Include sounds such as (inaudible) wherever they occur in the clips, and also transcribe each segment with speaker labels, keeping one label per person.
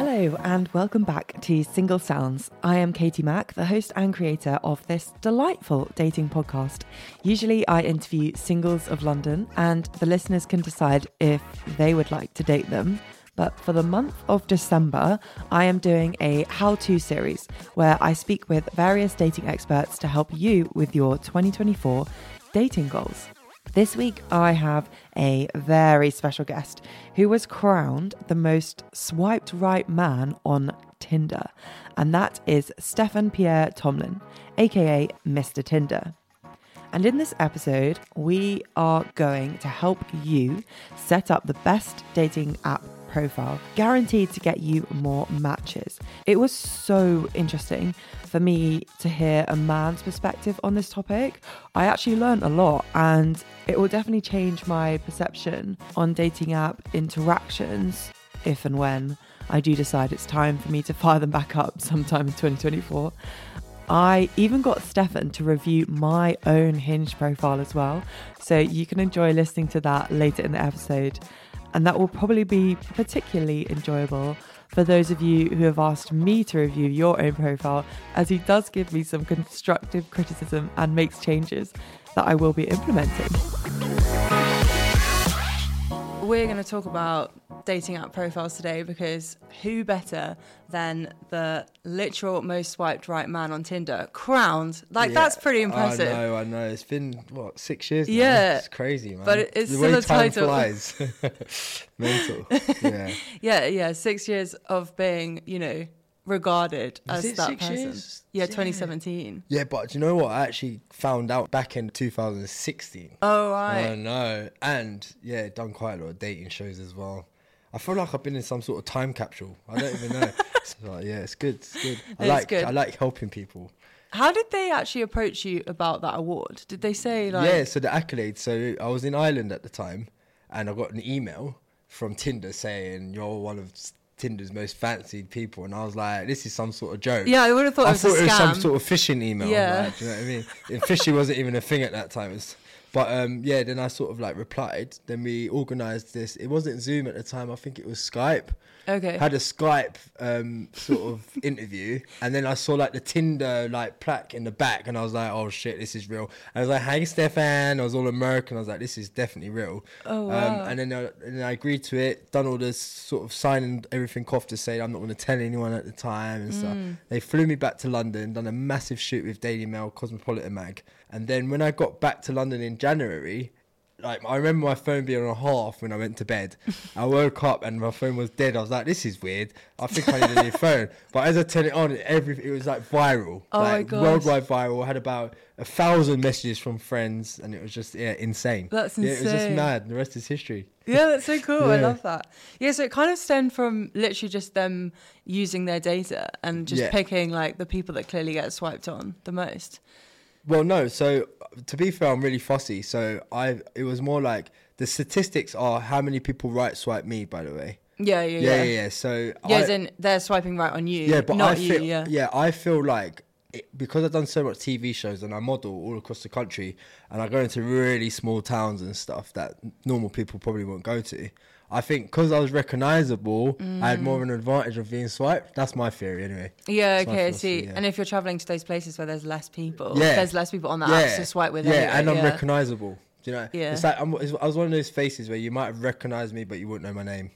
Speaker 1: and welcome back to Single Sounds. I am Katie Mack, the host and creator of this delightful dating podcast. Usually, I interview singles of London, and the listeners can decide if they would like to date them. But for the month of December, I am doing a how to series where I speak with various dating experts to help you with your 2024 dating goals. This week, I have a very special guest who was crowned the most swiped right man on Tinder, and that is Stefan Pierre Tomlin, aka Mr. Tinder. And in this episode, we are going to help you set up the best dating app profile, guaranteed to get you more matches. It was so interesting for me to hear a man's perspective on this topic. I actually learned a lot, and it will definitely change my perception on dating app interactions if and when I do decide it's time for me to fire them back up sometime in 2024. I even got Stefan to review my own Hinge profile as well. So you can enjoy listening to that later in the episode. And that will probably be particularly enjoyable for those of you who have asked me to review your own profile, as he does give me some constructive criticism and makes changes that I will be implementing.
Speaker 2: We're going to talk about dating app profiles today because who better than the literal most swiped right man on Tinder, crowned? Like, that's
Speaker 3: Yeah.
Speaker 2: pretty impressive.
Speaker 3: I know, I know. It's been what six years. now?
Speaker 2: Yeah.
Speaker 3: it's crazy, man.
Speaker 2: But it- it's
Speaker 3: the
Speaker 2: still
Speaker 3: way
Speaker 2: a
Speaker 3: time
Speaker 2: title. (laughs)
Speaker 3: Flies. (laughs) Mental. Yeah.
Speaker 2: Yeah, yeah, six years of being, you know, regarded
Speaker 3: Was
Speaker 2: as
Speaker 3: it
Speaker 2: that
Speaker 3: six
Speaker 2: person.
Speaker 3: years?
Speaker 2: Yeah,
Speaker 3: Yeah.
Speaker 2: 2017.
Speaker 3: Yeah, but do you know what? I actually found out back in 2016.
Speaker 2: Oh,
Speaker 3: I
Speaker 2: right.
Speaker 3: know, and yeah, done quite a lot of dating shows as well. I feel like I've been in some sort of time capsule. I don't
Speaker 2: (laughs)
Speaker 3: even know. so, yeah, it's good. It's good. I
Speaker 2: It's
Speaker 3: like.
Speaker 2: good.
Speaker 3: I like helping people.
Speaker 2: How did they actually approach you about that award? Did they say, like,
Speaker 3: yeah, so the accolades. So I was in Ireland at the time, and I got an email from Tinder saying you're one of Tinder's most fancied people, and I was like, this is some sort of joke.
Speaker 2: Yeah, I would have thought
Speaker 3: I
Speaker 2: it was a
Speaker 3: thought it was some
Speaker 2: scam.
Speaker 3: sort of phishing email.
Speaker 2: Yeah.
Speaker 3: like, do you know what I mean? And phishing wasn't even a thing at that time. It was- but um, yeah, then I sort of like replied. Then we organised this. It wasn't Zoom at the time. I think it was Skype.
Speaker 2: Okay.
Speaker 3: Had a Skype um, sort of interview, and then I saw like the Tinder like plaque in the back, and I was like, "Oh shit, this is real." I was like, "Hey, Stefan," I was all American. I was like, "This is definitely real."
Speaker 2: Oh, wow.
Speaker 3: Um, and then I, and then I agreed to it, done all this sort of signing everything off to say I'm not going to tell anyone at the time and stuff.
Speaker 2: Mm.
Speaker 3: They flew me back to London, done a massive shoot with Daily Mail, Cosmopolitan Mag, and then when I got back to London in January, like I remember my phone being on half when I went to bed.
Speaker 2: (laughs)
Speaker 3: I woke up and my phone was dead. I was like, "This is weird. I think I
Speaker 2: (laughs)
Speaker 3: need a new phone." But as I turned it on, every it was like viral,
Speaker 2: Oh my
Speaker 3: like
Speaker 2: God.
Speaker 3: worldwide viral. I had about a thousand messages from friends, and it was just yeah, insane.
Speaker 2: That's
Speaker 3: Yeah, it was just
Speaker 2: insane.
Speaker 3: mad. The rest is history.
Speaker 2: Yeah, that's so cool. I
Speaker 3: Yeah.
Speaker 2: love that. Yeah, so it kind of stemmed from literally just them using their data and just
Speaker 3: Yeah.
Speaker 2: picking like the people that clearly get swiped on the most.
Speaker 3: Well, no. So uh, to be fair, I'm really fussy. So I it was more like the statistics are how many people right swipe me. By the way,
Speaker 2: Yeah, yeah,
Speaker 3: yeah,
Speaker 2: yeah.
Speaker 3: yeah. yeah. So
Speaker 2: Yeah,
Speaker 3: I-
Speaker 2: as in they're swiping right on you,
Speaker 3: yeah, but
Speaker 2: not
Speaker 3: I
Speaker 2: you.
Speaker 3: feel
Speaker 2: yeah.
Speaker 3: I feel like it, because I've done so much TV shows and I model all across the country and I go into really small towns and stuff that normal people probably won't go to. I think because I was recognizable, I had more
Speaker 2: Mm.
Speaker 3: of an advantage of being swiped. That's my theory, anyway.
Speaker 2: Yeah,
Speaker 3: That's my
Speaker 2: okay, I
Speaker 3: philosophy,
Speaker 2: see.
Speaker 3: yeah.
Speaker 2: And if you're traveling to those places where there's less people, there's less people on the
Speaker 3: yeah.
Speaker 2: apps to swipe with.
Speaker 3: Yeah,
Speaker 2: anyway,
Speaker 3: and I'm
Speaker 2: yeah.
Speaker 3: recognizable. Do you know?
Speaker 2: Yeah.
Speaker 3: It's like I'm, it's, I was one of those faces where you might have recognized me, but you wouldn't know
Speaker 2: (laughs)
Speaker 3: my name.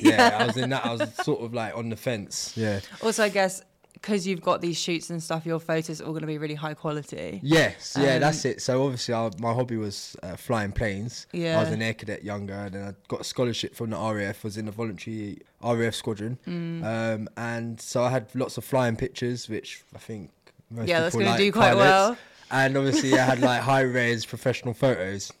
Speaker 3: yeah. I was in that. I was sort of like on the fence. Yeah.
Speaker 2: Also, I guess because you've got these shoots and stuff, your photos are all going to be really high quality.
Speaker 3: Yes, yeah,
Speaker 2: Um,
Speaker 3: that's it. So obviously, I, my hobby was uh, flying planes. I was
Speaker 2: Yeah.
Speaker 3: an air cadet younger, and then I got a scholarship from the RAF. Was in the voluntary RAF squadron,
Speaker 2: Mm.
Speaker 3: um, and so I had lots of flying pictures, which I think most
Speaker 2: Yeah, that's
Speaker 3: people
Speaker 2: gonna
Speaker 3: like
Speaker 2: do quite well.
Speaker 3: And obviously, I had like high res professional photos.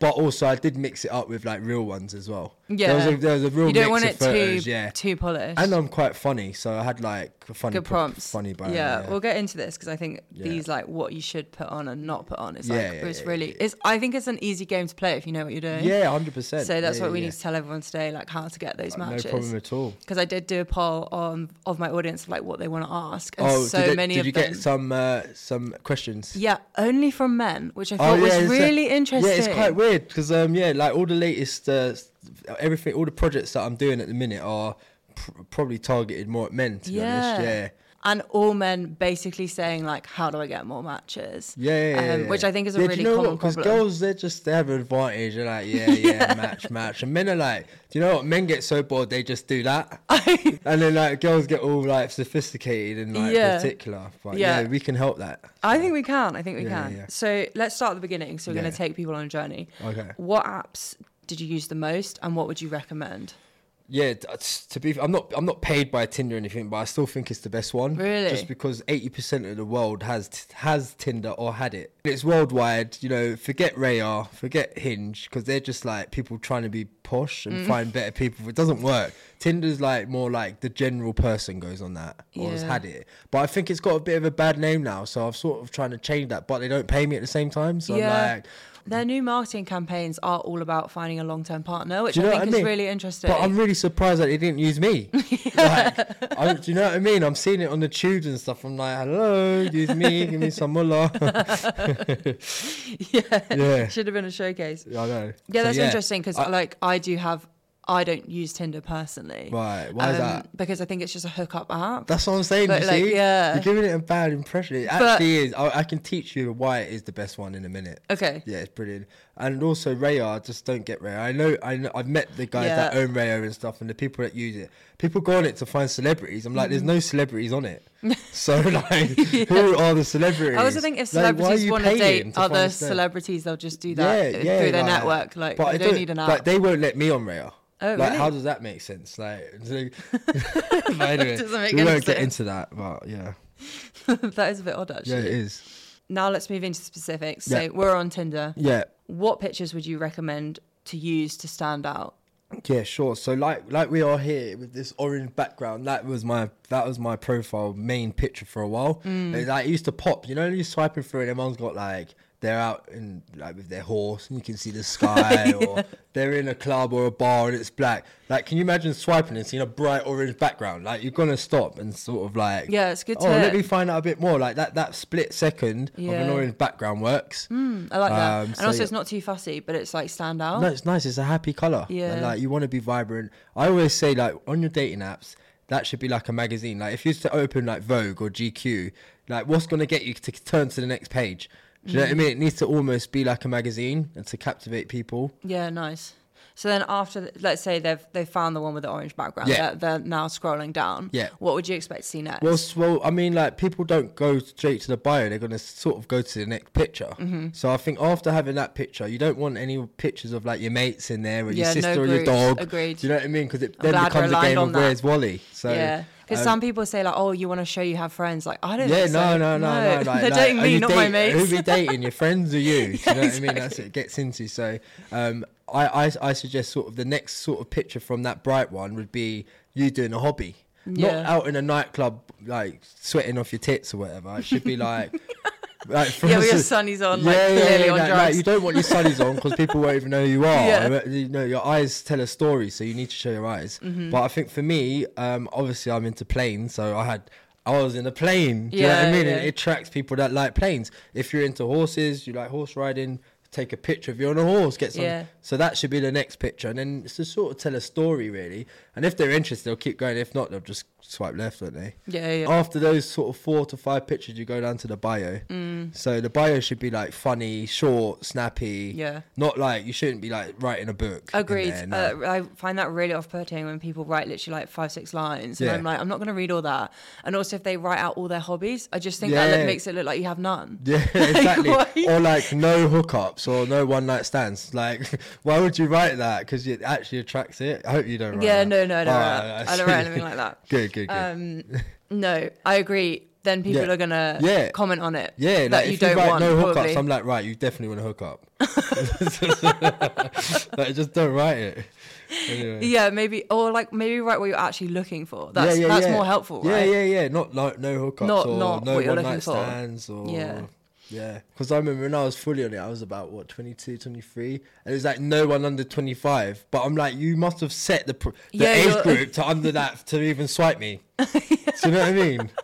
Speaker 3: But also, I did mix it up with like real ones as well.
Speaker 2: Yeah,
Speaker 3: there was a, there was a real
Speaker 2: You don't
Speaker 3: mix
Speaker 2: want
Speaker 3: of
Speaker 2: it
Speaker 3: photos.
Speaker 2: too
Speaker 3: yeah,
Speaker 2: too polished.
Speaker 3: and I'm quite funny, so I had like funny
Speaker 2: good
Speaker 3: pro-
Speaker 2: prompts.
Speaker 3: funny bio,
Speaker 2: yeah, we'll get into this because I think
Speaker 3: Yeah.
Speaker 2: these like what you should put on and not put on. It's
Speaker 3: Yeah,
Speaker 2: like
Speaker 3: yeah,
Speaker 2: it's
Speaker 3: yeah,
Speaker 2: really.
Speaker 3: yeah.
Speaker 2: It's I think it's an easy game to play if you know what you're doing.
Speaker 3: yeah, hundred percent.
Speaker 2: So that's
Speaker 3: Yeah,
Speaker 2: what we
Speaker 3: yeah,
Speaker 2: need to tell everyone today, like how to get those
Speaker 3: yeah.
Speaker 2: matches.
Speaker 3: No problem at all.
Speaker 2: Because I did do a poll on of my audience of like what they want to ask, and so
Speaker 3: Oh, did, it-
Speaker 2: many
Speaker 3: did
Speaker 2: of
Speaker 3: you
Speaker 2: them.
Speaker 3: get some uh, some questions?
Speaker 2: yeah, only from men, which I thought was
Speaker 3: it's, uh,
Speaker 2: really interesting.
Speaker 3: Yeah, it's quite weird because um, yeah, like all the latest uh, everything, all the projects that I'm doing at the minute are pr- probably targeted more at men. To
Speaker 2: Yeah.
Speaker 3: be honest, yeah.
Speaker 2: and all men basically saying like, "How do I get more matches?"
Speaker 3: Yeah, yeah, yeah,
Speaker 2: um,
Speaker 3: yeah.
Speaker 2: which I think is a
Speaker 3: Yeah, do
Speaker 2: really
Speaker 3: you know
Speaker 2: common
Speaker 3: what? 'Cause
Speaker 2: problem.
Speaker 3: girls, they're just they have an advantage. They're like,
Speaker 2: (laughs)
Speaker 3: yeah, yeah, match, match. And men are like, do you know what? Men get so bored they just
Speaker 2: (laughs)
Speaker 3: do that, and then like girls get all like sophisticated and like
Speaker 2: Yeah.
Speaker 3: particular. But
Speaker 2: Yeah.
Speaker 3: yeah. we can help that.
Speaker 2: I think we can. I think we
Speaker 3: Yeah,
Speaker 2: can.
Speaker 3: yeah, yeah.
Speaker 2: So let's start at the beginning. So we're going
Speaker 3: Yeah.
Speaker 2: to take people on a journey.
Speaker 3: Okay.
Speaker 2: What apps did you use the most, and what would you recommend?
Speaker 3: Yeah, t- t- to be, I'm not, I'm not paid by Tinder or anything, but I still think it's the best one.
Speaker 2: Really?
Speaker 3: Just because 80% of the world has t- has Tinder or had it. It's worldwide. You know, forget Rayar, forget Hinge, because they're just like people trying to be posh
Speaker 2: Mm.
Speaker 3: and find better people. It doesn't work. Tinder's like more like the general person goes on that or has
Speaker 2: Yeah.
Speaker 3: had it. But I think it's got a bit of a bad name now, so I'm sort of trying to change that. But they don't pay me at the same time, so I'm like.
Speaker 2: Their new marketing campaigns are all about finding a long term partner, which
Speaker 3: Do
Speaker 2: I
Speaker 3: you know
Speaker 2: think
Speaker 3: what I
Speaker 2: is
Speaker 3: mean?
Speaker 2: really interesting. (laughs)
Speaker 3: But I'm really surprised that they didn't use me. like, I, do you know what I mean? I'm seeing it on the tubes and stuff. I'm like, hello, use me, give me some (laughs) mullah.
Speaker 2: (laughs) yeah.
Speaker 3: yeah.
Speaker 2: Should have been a showcase.
Speaker 3: Yeah, I know.
Speaker 2: Yeah,
Speaker 3: So,
Speaker 2: that's interesting 'cause interesting because
Speaker 3: I-
Speaker 2: like I do have, I don't use Tinder personally. Um,
Speaker 3: Right, why is that?
Speaker 2: Because I think it's just a hookup app.
Speaker 3: That's what I'm saying.
Speaker 2: But,
Speaker 3: you
Speaker 2: like,
Speaker 3: see,
Speaker 2: yeah.
Speaker 3: you're giving it a bad impression. It actually is. I, I can teach you why it is the best one in a minute.
Speaker 2: Okay.
Speaker 3: Yeah, it's brilliant. And also Rayar, just don't get Rayar. I know, I know, I've met the guys that
Speaker 2: Yeah.
Speaker 3: own Rayar and stuff, and the people that use it. People go on it to find celebrities. I'm like, there's no celebrities
Speaker 2: (laughs)
Speaker 3: on it. so like, who are the celebrities?
Speaker 2: I also think if
Speaker 3: Like, why are
Speaker 2: celebrities
Speaker 3: you
Speaker 2: want to
Speaker 3: paying
Speaker 2: date
Speaker 3: to
Speaker 2: other
Speaker 3: find cele-
Speaker 2: celebrities, they'll just do that
Speaker 3: Yeah,
Speaker 2: uh,
Speaker 3: yeah,
Speaker 2: through their
Speaker 3: like-
Speaker 2: network. Like
Speaker 3: but
Speaker 2: they
Speaker 3: I
Speaker 2: don't need an app.
Speaker 3: Like, they won't let me on Rayar.
Speaker 2: Oh,
Speaker 3: like,
Speaker 2: really?
Speaker 3: how does that make sense? Like,
Speaker 2: (laughs)
Speaker 3: so- (laughs) but anyway,
Speaker 2: Doesn't make
Speaker 3: we
Speaker 2: any
Speaker 3: won't get
Speaker 2: sense.
Speaker 3: into that. But yeah,
Speaker 2: (laughs) that is a bit odd actually.
Speaker 3: yeah, it is.
Speaker 2: Now let's move into specifics. So
Speaker 3: Yeah.
Speaker 2: we're on Tinder.
Speaker 3: Yeah,
Speaker 2: What pictures would you recommend to use to stand out?
Speaker 3: Yeah, sure. So like like we are here with this orange background. That was my that was my profile main picture for a while.
Speaker 2: Mm.
Speaker 3: It, like it used to pop. You know, when you're swiping through and everyone's got like they're out in like with their horse and you can see
Speaker 2: (laughs)
Speaker 3: the sky or they're in a club or a bar and it's black. Like can you imagine swiping and seeing a bright orange background? Like you're gonna stop and sort of like
Speaker 2: Yeah, it's good
Speaker 3: Oh,
Speaker 2: to
Speaker 3: let
Speaker 2: hear."
Speaker 3: me find out a bit more. Like that that split second of an
Speaker 2: Yeah.
Speaker 3: orange background works.
Speaker 2: Hmm, I like that.
Speaker 3: Um,
Speaker 2: and
Speaker 3: so
Speaker 2: also,
Speaker 3: yeah.
Speaker 2: it's not too fussy, but it's like stand out.
Speaker 3: No, it's nice. It's a happy color. And,
Speaker 2: Oh. Yeah.
Speaker 3: like you want to be vibrant. I always say like on your dating apps, that should be like a magazine. Like if you used to open like Vogue or GQ, like what's gonna get you to turn to the next page? Do you know what I
Speaker 2: Mm.
Speaker 3: mean? It needs to almost be like a magazine and to captivate people.
Speaker 2: Yeah, nice. So then, after th- let's say they've they found the one with the orange background,
Speaker 3: Yeah.
Speaker 2: they're, they're now scrolling down.
Speaker 3: Yeah.
Speaker 2: What would you expect to see next?
Speaker 3: Well, s- well, I mean, like people don't go straight to the bio; they're gonna sort of go to the next picture.
Speaker 2: Mm-hmm.
Speaker 3: So I think after having that picture, you don't want any pictures of like your mates in there, or your
Speaker 2: Yeah, no
Speaker 3: sister or
Speaker 2: groups.
Speaker 3: your dog.
Speaker 2: Agreed.
Speaker 3: Do you know what I mean? Because it
Speaker 2: I'm
Speaker 3: then
Speaker 2: glad we're
Speaker 3: becomes a
Speaker 2: aligned
Speaker 3: game
Speaker 2: on
Speaker 3: of
Speaker 2: that.
Speaker 3: where's Wally. So
Speaker 2: yeah, because
Speaker 3: um,
Speaker 2: some people say like, "Oh, you want to show you have friends." Like, I don't.
Speaker 3: Yeah,
Speaker 2: think so.
Speaker 3: no, no, no,
Speaker 2: (laughs)
Speaker 3: no. Like,
Speaker 2: they're
Speaker 3: like,
Speaker 2: dating
Speaker 3: are
Speaker 2: me,
Speaker 3: you
Speaker 2: not my
Speaker 3: dating-
Speaker 2: mates.
Speaker 3: Who be dating? Your friends
Speaker 2: (laughs)
Speaker 3: or you? Do you know what I mean? That's
Speaker 2: exactly.
Speaker 3: what it gets into. So, um, I, I, I suggest sort of the next sort of picture from that bright one would be you doing a hobby, not
Speaker 2: Yeah.
Speaker 3: out in a nightclub like sweating off your tits or whatever. It should
Speaker 2: (laughs)
Speaker 3: be like. Like for
Speaker 2: Yeah, with your
Speaker 3: instance-
Speaker 2: sunnies on, like, clearly on
Speaker 3: like, like,
Speaker 2: drugs.
Speaker 3: you don't want your sunnies on because people won't even know who
Speaker 2: (laughs)
Speaker 3: you are.
Speaker 2: Yeah.
Speaker 3: You know, your eyes tell a story, so you need to show your eyes.
Speaker 2: Mm-hmm.
Speaker 3: But I think for me, um, obviously I'm into planes, so I had I was in a plane. Do you know
Speaker 2: Yeah,
Speaker 3: what I mean?
Speaker 2: yeah.
Speaker 3: It, it attracts people that like planes. If you're into horses, you like horse riding. Take a picture of you on a horse. Get some.
Speaker 2: Yeah.
Speaker 3: So that should be the next picture, and then it's to sort of tell a story, really. And if they're interested, they'll keep going. If not, they'll just swipe left, don't Oh. they?
Speaker 2: yeah, yeah.
Speaker 3: After those sort of four to five pictures, you go down to the bio. Mm. So the bio should be like funny, short, snappy.
Speaker 2: Yeah.
Speaker 3: Not like you shouldn't be like writing a book. in
Speaker 2: Agreed.
Speaker 3: there, no.
Speaker 2: uh, I find that really off-putting when people write literally like five, six lines,
Speaker 3: Yeah.
Speaker 2: and I'm like, I'm not going to read all that. And also, if they write out all their hobbies, I just think that
Speaker 3: Yeah.
Speaker 2: look, makes it look like you have none.
Speaker 3: (laughs)
Speaker 2: (laughs)
Speaker 3: yeah, exactly.
Speaker 2: why-
Speaker 3: or like no hookups or no one night stands. Like, (laughs) why would you write that? Because it actually attracts it. I hope you don't. Write
Speaker 2: Yeah,
Speaker 3: that.
Speaker 2: no, no, I don't
Speaker 3: Oh,
Speaker 2: write that. I don't write
Speaker 3: (laughs)
Speaker 2: anything like that.
Speaker 3: Good, good, good.
Speaker 2: Um, no, I agree. Then people
Speaker 3: Yeah.
Speaker 2: are going to
Speaker 3: Yeah.
Speaker 2: comment on it.
Speaker 3: yeah, like
Speaker 2: that
Speaker 3: if
Speaker 2: you don't
Speaker 3: write
Speaker 2: want.
Speaker 3: no hookups,
Speaker 2: probably.
Speaker 3: I'm like, right, you definitely want to hook
Speaker 2: (laughs)
Speaker 3: up. (laughs) like, just don't
Speaker 2: (laughs)
Speaker 3: write it. Anyway.
Speaker 2: Yeah, maybe or like maybe write what you're actually looking for. That's
Speaker 3: yeah, yeah,
Speaker 2: that's
Speaker 3: yeah.
Speaker 2: more helpful,
Speaker 3: Yeah,
Speaker 2: right?
Speaker 3: yeah, yeah. Not like no hookups
Speaker 2: Not-
Speaker 3: or
Speaker 2: not
Speaker 3: no
Speaker 2: what you're
Speaker 3: one night
Speaker 2: looking for.
Speaker 3: stands or yeah.
Speaker 2: Yeah.
Speaker 3: Because I remember when I was fully on it, I was about what 22, 23, and it was like no one under 25. But I'm like, you must have set the, pr- the
Speaker 2: Yeah,
Speaker 3: age
Speaker 2: you're- (laughs)
Speaker 3: group to under that to even swipe me. Do you know what I mean? (laughs)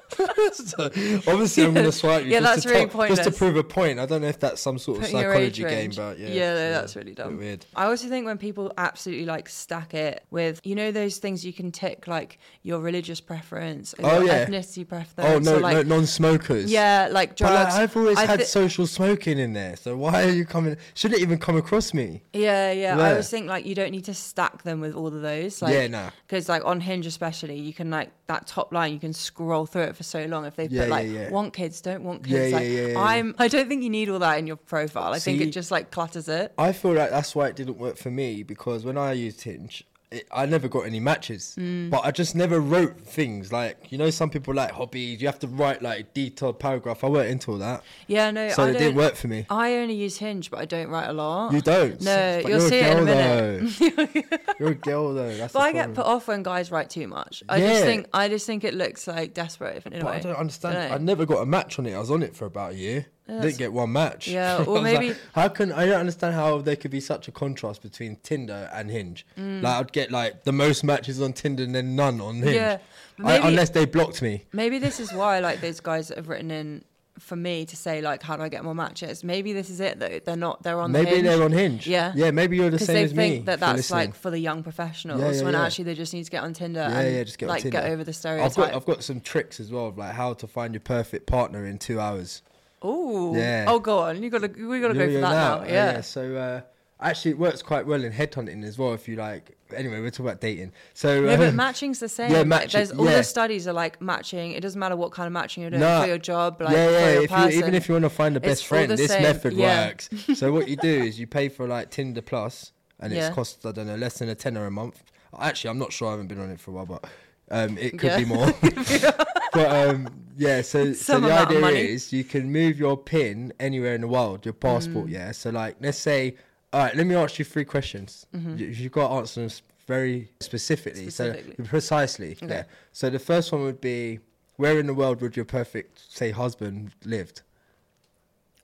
Speaker 3: So, obviously, I'm going to swipe you.
Speaker 2: Yeah, that's
Speaker 3: just to
Speaker 2: really
Speaker 3: tell- Just
Speaker 2: pointless.
Speaker 3: to prove a point. I don't know if that's some sort of
Speaker 2: Putting your age
Speaker 3: psychology game,
Speaker 2: range.
Speaker 3: but yeah.
Speaker 2: Yeah, no, that's really
Speaker 3: bit
Speaker 2: dumb.
Speaker 3: Weird.
Speaker 2: I also think when people absolutely like stack it with, you know, those things you can tick, like your religious preference, or
Speaker 3: Oh,
Speaker 2: your
Speaker 3: yeah.
Speaker 2: ethnicity preference,
Speaker 3: Oh no,
Speaker 2: or like,
Speaker 3: no, non-smokers.
Speaker 2: yeah, like
Speaker 3: But
Speaker 2: drugs.
Speaker 3: I've always
Speaker 2: I
Speaker 3: had
Speaker 2: thi-
Speaker 3: social smoking in there, so why are you coming? Should it even come across me?
Speaker 2: Yeah, yeah. I
Speaker 3: Yeah.
Speaker 2: always think like you don't need to stack them with all of those. Like,
Speaker 3: Yeah, no.
Speaker 2: Because like on Hinge especially, you can like that top line, you can scroll through it for so long. If they
Speaker 3: Yeah,
Speaker 2: put
Speaker 3: yeah,
Speaker 2: like
Speaker 3: yeah.
Speaker 2: want kids, don't want
Speaker 3: Yeah,
Speaker 2: kids.
Speaker 3: yeah,
Speaker 2: like
Speaker 3: yeah, yeah.
Speaker 2: I'm, I don't think you need all that in your profile. I think
Speaker 3: See-
Speaker 2: it just like clutters it.
Speaker 3: I feel like that's why it didn't work for me because when I used Hinge, it, I never got any matches,
Speaker 2: Mm.
Speaker 3: but I just never wrote things like you know some people like hobbies. You have to write like detailed paragraph. I weren't into all that,
Speaker 2: Yeah, no,
Speaker 3: so
Speaker 2: I
Speaker 3: it
Speaker 2: don't.
Speaker 3: didn't work for me.
Speaker 2: I only use Hinge, but I don't write a lot.
Speaker 3: You don't.
Speaker 2: No,
Speaker 3: But
Speaker 2: you'll
Speaker 3: you're
Speaker 2: see it in a minute.
Speaker 3: minute.
Speaker 2: (laughs)
Speaker 3: you're a girl though. That's
Speaker 2: But
Speaker 3: the
Speaker 2: I get
Speaker 3: problem.
Speaker 2: put off when guys write too much. I
Speaker 3: Yeah.
Speaker 2: just think I just think it looks like desperate. If in a
Speaker 3: But
Speaker 2: way.
Speaker 3: I don't understand.
Speaker 2: Dunno.
Speaker 3: I never got a match on it. I was on it for about a year.
Speaker 2: that's-
Speaker 3: Didn't get one match.
Speaker 2: Yeah,
Speaker 3: (laughs) I
Speaker 2: or
Speaker 3: was like,
Speaker 2: maybe-
Speaker 3: how can I don't understand how there could be such a contrast between Tinder and Hinge?
Speaker 2: Mm.
Speaker 3: Like I'd get like the most matches on Tinder and then none on Hinge.
Speaker 2: Yeah, but
Speaker 3: I-
Speaker 2: maybe-
Speaker 3: unless they blocked me.
Speaker 2: Maybe this is why like those guys that have written in for me to say like how do I get more matches? Maybe this is it though. They're not. They're on.
Speaker 3: Maybe
Speaker 2: the
Speaker 3: they're on Hinge.
Speaker 2: Yeah.
Speaker 3: Yeah. Maybe you're the
Speaker 2: because
Speaker 3: same
Speaker 2: they
Speaker 3: as me.
Speaker 2: think that
Speaker 3: for
Speaker 2: that's
Speaker 3: listening.
Speaker 2: like for the young professionals
Speaker 3: Yeah, yeah,
Speaker 2: when
Speaker 3: yeah.
Speaker 2: actually they just need to get on Tinder
Speaker 3: Yeah,
Speaker 2: and
Speaker 3: yeah, just get on
Speaker 2: like get
Speaker 3: Tinder.
Speaker 2: over the
Speaker 3: I've got I've
Speaker 2: stereotype.
Speaker 3: got some tricks as well of like how to find your perfect partner in two hours.
Speaker 2: Oh,
Speaker 3: Yeah.
Speaker 2: oh, go on. You gotta we gotta go
Speaker 3: Yeah,
Speaker 2: for that
Speaker 3: yeah,
Speaker 2: now.
Speaker 3: now. Uh,
Speaker 2: Yeah.
Speaker 3: So uh, actually, it works quite well in headhunting as well. If you like, anyway, we're talking about dating.
Speaker 2: (laughs)
Speaker 3: So
Speaker 2: No,
Speaker 3: (laughs) uh,
Speaker 2: but matching's the same.
Speaker 3: yeah,
Speaker 2: Like,
Speaker 3: matching-
Speaker 2: There's all
Speaker 3: yeah.
Speaker 2: the studies are like matching. It doesn't matter what kind of matching you're doing
Speaker 3: No.
Speaker 2: for your job, like
Speaker 3: yeah,
Speaker 2: for
Speaker 3: yeah.
Speaker 2: your
Speaker 3: If you,
Speaker 2: person.
Speaker 3: even if you want to find the best
Speaker 2: all
Speaker 3: friend,
Speaker 2: the
Speaker 3: this
Speaker 2: same,
Speaker 3: method
Speaker 2: yeah.
Speaker 3: works.
Speaker 2: (laughs)
Speaker 3: so what you do is you pay for like Tinder Plus, and it's
Speaker 2: Yeah.
Speaker 3: cost I don't know less than a tenner a month. Actually, I'm not sure. I haven't been on it for a while, but um, it could
Speaker 2: Yeah. (laughs)
Speaker 3: be more. (laughs) but um, yeah, so
Speaker 2: Some
Speaker 3: so the
Speaker 2: amount of
Speaker 3: idea
Speaker 2: money.
Speaker 3: is you can move your pin anywhere in the world, your passport.
Speaker 2: Mm.
Speaker 3: Yeah. So like, let's say, all right, let me ask you three questions.
Speaker 2: Mm-hmm.
Speaker 3: You, you've got to answer them s- very specifically.
Speaker 2: Specifically.
Speaker 3: So precisely. Yeah. So the first one would be. Where in the world would your perfect, say, husband lived?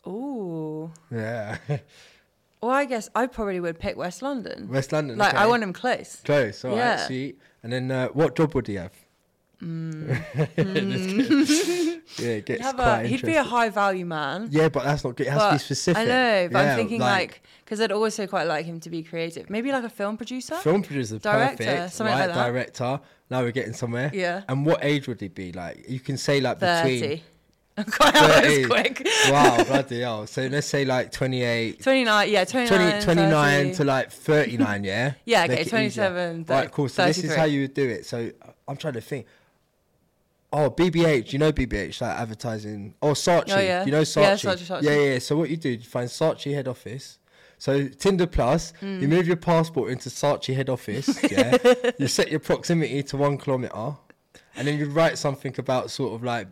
Speaker 2: Ooh.
Speaker 3: Yeah, (laughs)
Speaker 2: Well, I guess I probably would pick West London.
Speaker 3: West London.
Speaker 2: like I
Speaker 3: okay.
Speaker 2: want him close.
Speaker 3: close. All right,
Speaker 2: Yeah.
Speaker 3: sweet. And then, uh, what job would he have? (laughs)
Speaker 2: (laughs)
Speaker 3: Just kidding. yeah, it
Speaker 2: He'd, Mm.
Speaker 3: gets
Speaker 2: have
Speaker 3: quite
Speaker 2: a, he'd
Speaker 3: interesting.
Speaker 2: be a high value man.
Speaker 3: yeah, but that's not good. It has to be
Speaker 2: but-
Speaker 3: specific.
Speaker 2: I know, but
Speaker 3: Yeah,
Speaker 2: I'm thinking like because I'd also quite like him to be creative. Maybe like a film producer.
Speaker 3: film producer,
Speaker 2: Director,
Speaker 3: perfect,
Speaker 2: something
Speaker 3: right?
Speaker 2: like that.
Speaker 3: Director. Now we're getting somewhere.
Speaker 2: Yeah.
Speaker 3: And what age would he be? Like, you can say like between.
Speaker 2: Thirty. (laughs) I'm quite that was
Speaker 3: 30.
Speaker 2: quick.
Speaker 3: wow, bloody hell. So let's say like 28,
Speaker 2: Twenty nine. Yeah,
Speaker 3: 20,
Speaker 2: 29,
Speaker 3: 29 to
Speaker 2: 30.
Speaker 3: like
Speaker 2: (laughs)
Speaker 3: 39, yeah?
Speaker 2: Yeah, okay,
Speaker 3: Make it easier.
Speaker 2: 27,
Speaker 3: Right, cool. So this is
Speaker 2: 33.
Speaker 3: how you would do it. So uh, I'm trying to think. Oh, BBH, you know BBH, like advertising. Oh, Saatchi,
Speaker 2: Oh, yeah.
Speaker 3: you know Saatchi.
Speaker 2: Yeah, Saatchi, Saatchi.
Speaker 3: Yeah, yeah. So what you do, you find Saatchi head office. So Tinder Plus,
Speaker 2: Mm.
Speaker 3: you move your passport into Saatchi head office.
Speaker 2: (laughs)
Speaker 3: Yeah, you set your proximity to one kilometer, and then you write something about sort of like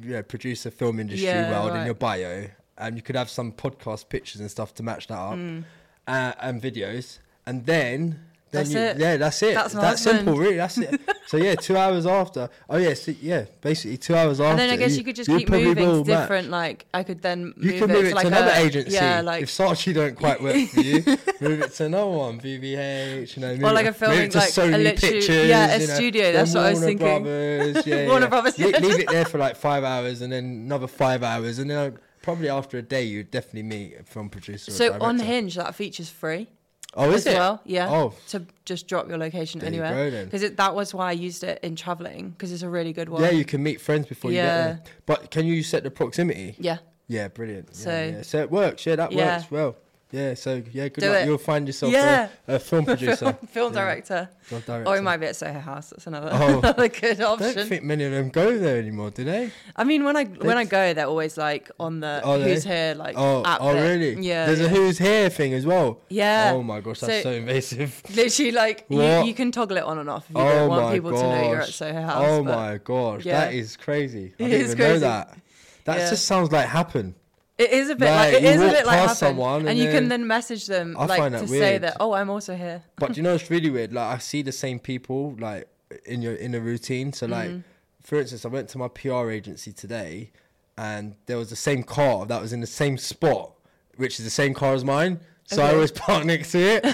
Speaker 3: you know, producer film industry
Speaker 2: Yeah,
Speaker 3: world in
Speaker 2: right.
Speaker 3: your bio, and you could have some podcast pictures and stuff to match that up,
Speaker 2: Mm.
Speaker 3: uh, and videos, and then. Then
Speaker 2: That's
Speaker 3: you,
Speaker 2: it.
Speaker 3: Yeah, that's it.
Speaker 2: That's my
Speaker 3: That's
Speaker 2: husband.
Speaker 3: simple, really. That's
Speaker 2: (laughs)
Speaker 3: it. so yeah, two hours after. Oh yeah, so, yeah. Basically, two hours after.
Speaker 2: And then I guess you, could just keep
Speaker 3: probably
Speaker 2: moving to
Speaker 3: will match.
Speaker 2: different. Like I could then
Speaker 3: You
Speaker 2: move
Speaker 3: can
Speaker 2: it
Speaker 3: move
Speaker 2: to
Speaker 3: it
Speaker 2: like
Speaker 3: to another
Speaker 2: a,
Speaker 3: agency.
Speaker 2: Yeah, like
Speaker 3: if Saatchi don't quite work
Speaker 2: (laughs)
Speaker 3: for you, move it to another one, BBH. You know, move
Speaker 2: Or like
Speaker 3: it-
Speaker 2: a filming,
Speaker 3: move it to
Speaker 2: like, a
Speaker 3: Sony
Speaker 2: literary-
Speaker 3: Pictures,
Speaker 2: yeah, a
Speaker 3: you know,
Speaker 2: studio,
Speaker 3: then
Speaker 2: that's what I was
Speaker 3: Warner
Speaker 2: thinking.
Speaker 3: Brothers, yeah,
Speaker 2: (laughs) Warner
Speaker 3: yeah.
Speaker 2: Brothers,
Speaker 3: Le-
Speaker 2: yeah.
Speaker 3: Leave, it there for like five hours, and then another five hours, and then uh, probably after a day, you'd definitely meet a film producer. or
Speaker 2: so on
Speaker 3: director.
Speaker 2: Hinge that feature's free.
Speaker 3: Oh, is
Speaker 2: as
Speaker 3: it?
Speaker 2: well. Yeah.
Speaker 3: Oh.
Speaker 2: To just drop your location
Speaker 3: There you go
Speaker 2: anywhere.
Speaker 3: then.
Speaker 2: Because that was why I used it in traveling because it's a really good one.
Speaker 3: Yeah, you can meet friends before
Speaker 2: Yeah.
Speaker 3: you get there. But can you set the proximity?
Speaker 2: yeah.
Speaker 3: Yeah, brilliant. Yeah,
Speaker 2: So-
Speaker 3: yeah. so it works. Yeah, that
Speaker 2: Yeah.
Speaker 3: works well. Yeah, so yeah, good
Speaker 2: Do
Speaker 3: luck.
Speaker 2: it.
Speaker 3: You'll find yourself
Speaker 2: Yeah.
Speaker 3: a,
Speaker 2: (laughs)
Speaker 3: a film producer,
Speaker 2: Film
Speaker 3: Yeah,
Speaker 2: director.
Speaker 3: film director.
Speaker 2: Or it might be at Soho House. That's another, (laughs)
Speaker 3: Oh.
Speaker 2: another good
Speaker 3: I don't
Speaker 2: option.
Speaker 3: think many of them go there anymore, do they?
Speaker 2: I mean, when I when I go, they're always like on the
Speaker 3: Are
Speaker 2: who's
Speaker 3: they?
Speaker 2: here like
Speaker 3: Oh,
Speaker 2: app
Speaker 3: oh,
Speaker 2: bit.
Speaker 3: really?
Speaker 2: Yeah.
Speaker 3: There's
Speaker 2: yeah.
Speaker 3: a who's here thing as well.
Speaker 2: Yeah.
Speaker 3: Oh my gosh, that's so,
Speaker 2: So-
Speaker 3: invasive.
Speaker 2: Literally, like you,
Speaker 3: What?
Speaker 2: you can toggle it on and off if you
Speaker 3: oh
Speaker 2: don't
Speaker 3: my
Speaker 2: want people
Speaker 3: gosh.
Speaker 2: to know you're at Soho House.
Speaker 3: oh
Speaker 2: but
Speaker 3: my gosh,
Speaker 2: Yeah.
Speaker 3: that is crazy.
Speaker 2: (laughs)
Speaker 3: I
Speaker 2: It
Speaker 3: didn't
Speaker 2: is
Speaker 3: even know
Speaker 2: crazy.
Speaker 3: that. That
Speaker 2: Yeah.
Speaker 3: just sounds like happen.
Speaker 2: It is a bit
Speaker 3: Like,
Speaker 2: like, it
Speaker 3: you
Speaker 2: is a
Speaker 3: walk
Speaker 2: bit like
Speaker 3: past
Speaker 2: happen.
Speaker 3: someone
Speaker 2: and,
Speaker 3: and
Speaker 2: you
Speaker 3: then-
Speaker 2: can then message them
Speaker 3: I
Speaker 2: like
Speaker 3: find that
Speaker 2: to say
Speaker 3: weird.
Speaker 2: that oh I'm also here.
Speaker 3: But do you know it's really weird? Like I see the same people like in your in a routine. So like
Speaker 2: Mm-hmm.
Speaker 3: for instance, I went to my PR agency today and there was the same car that was in the same spot, which is the same car as mine. So I always (laughs) parked next to
Speaker 2: (laughs)
Speaker 3: it.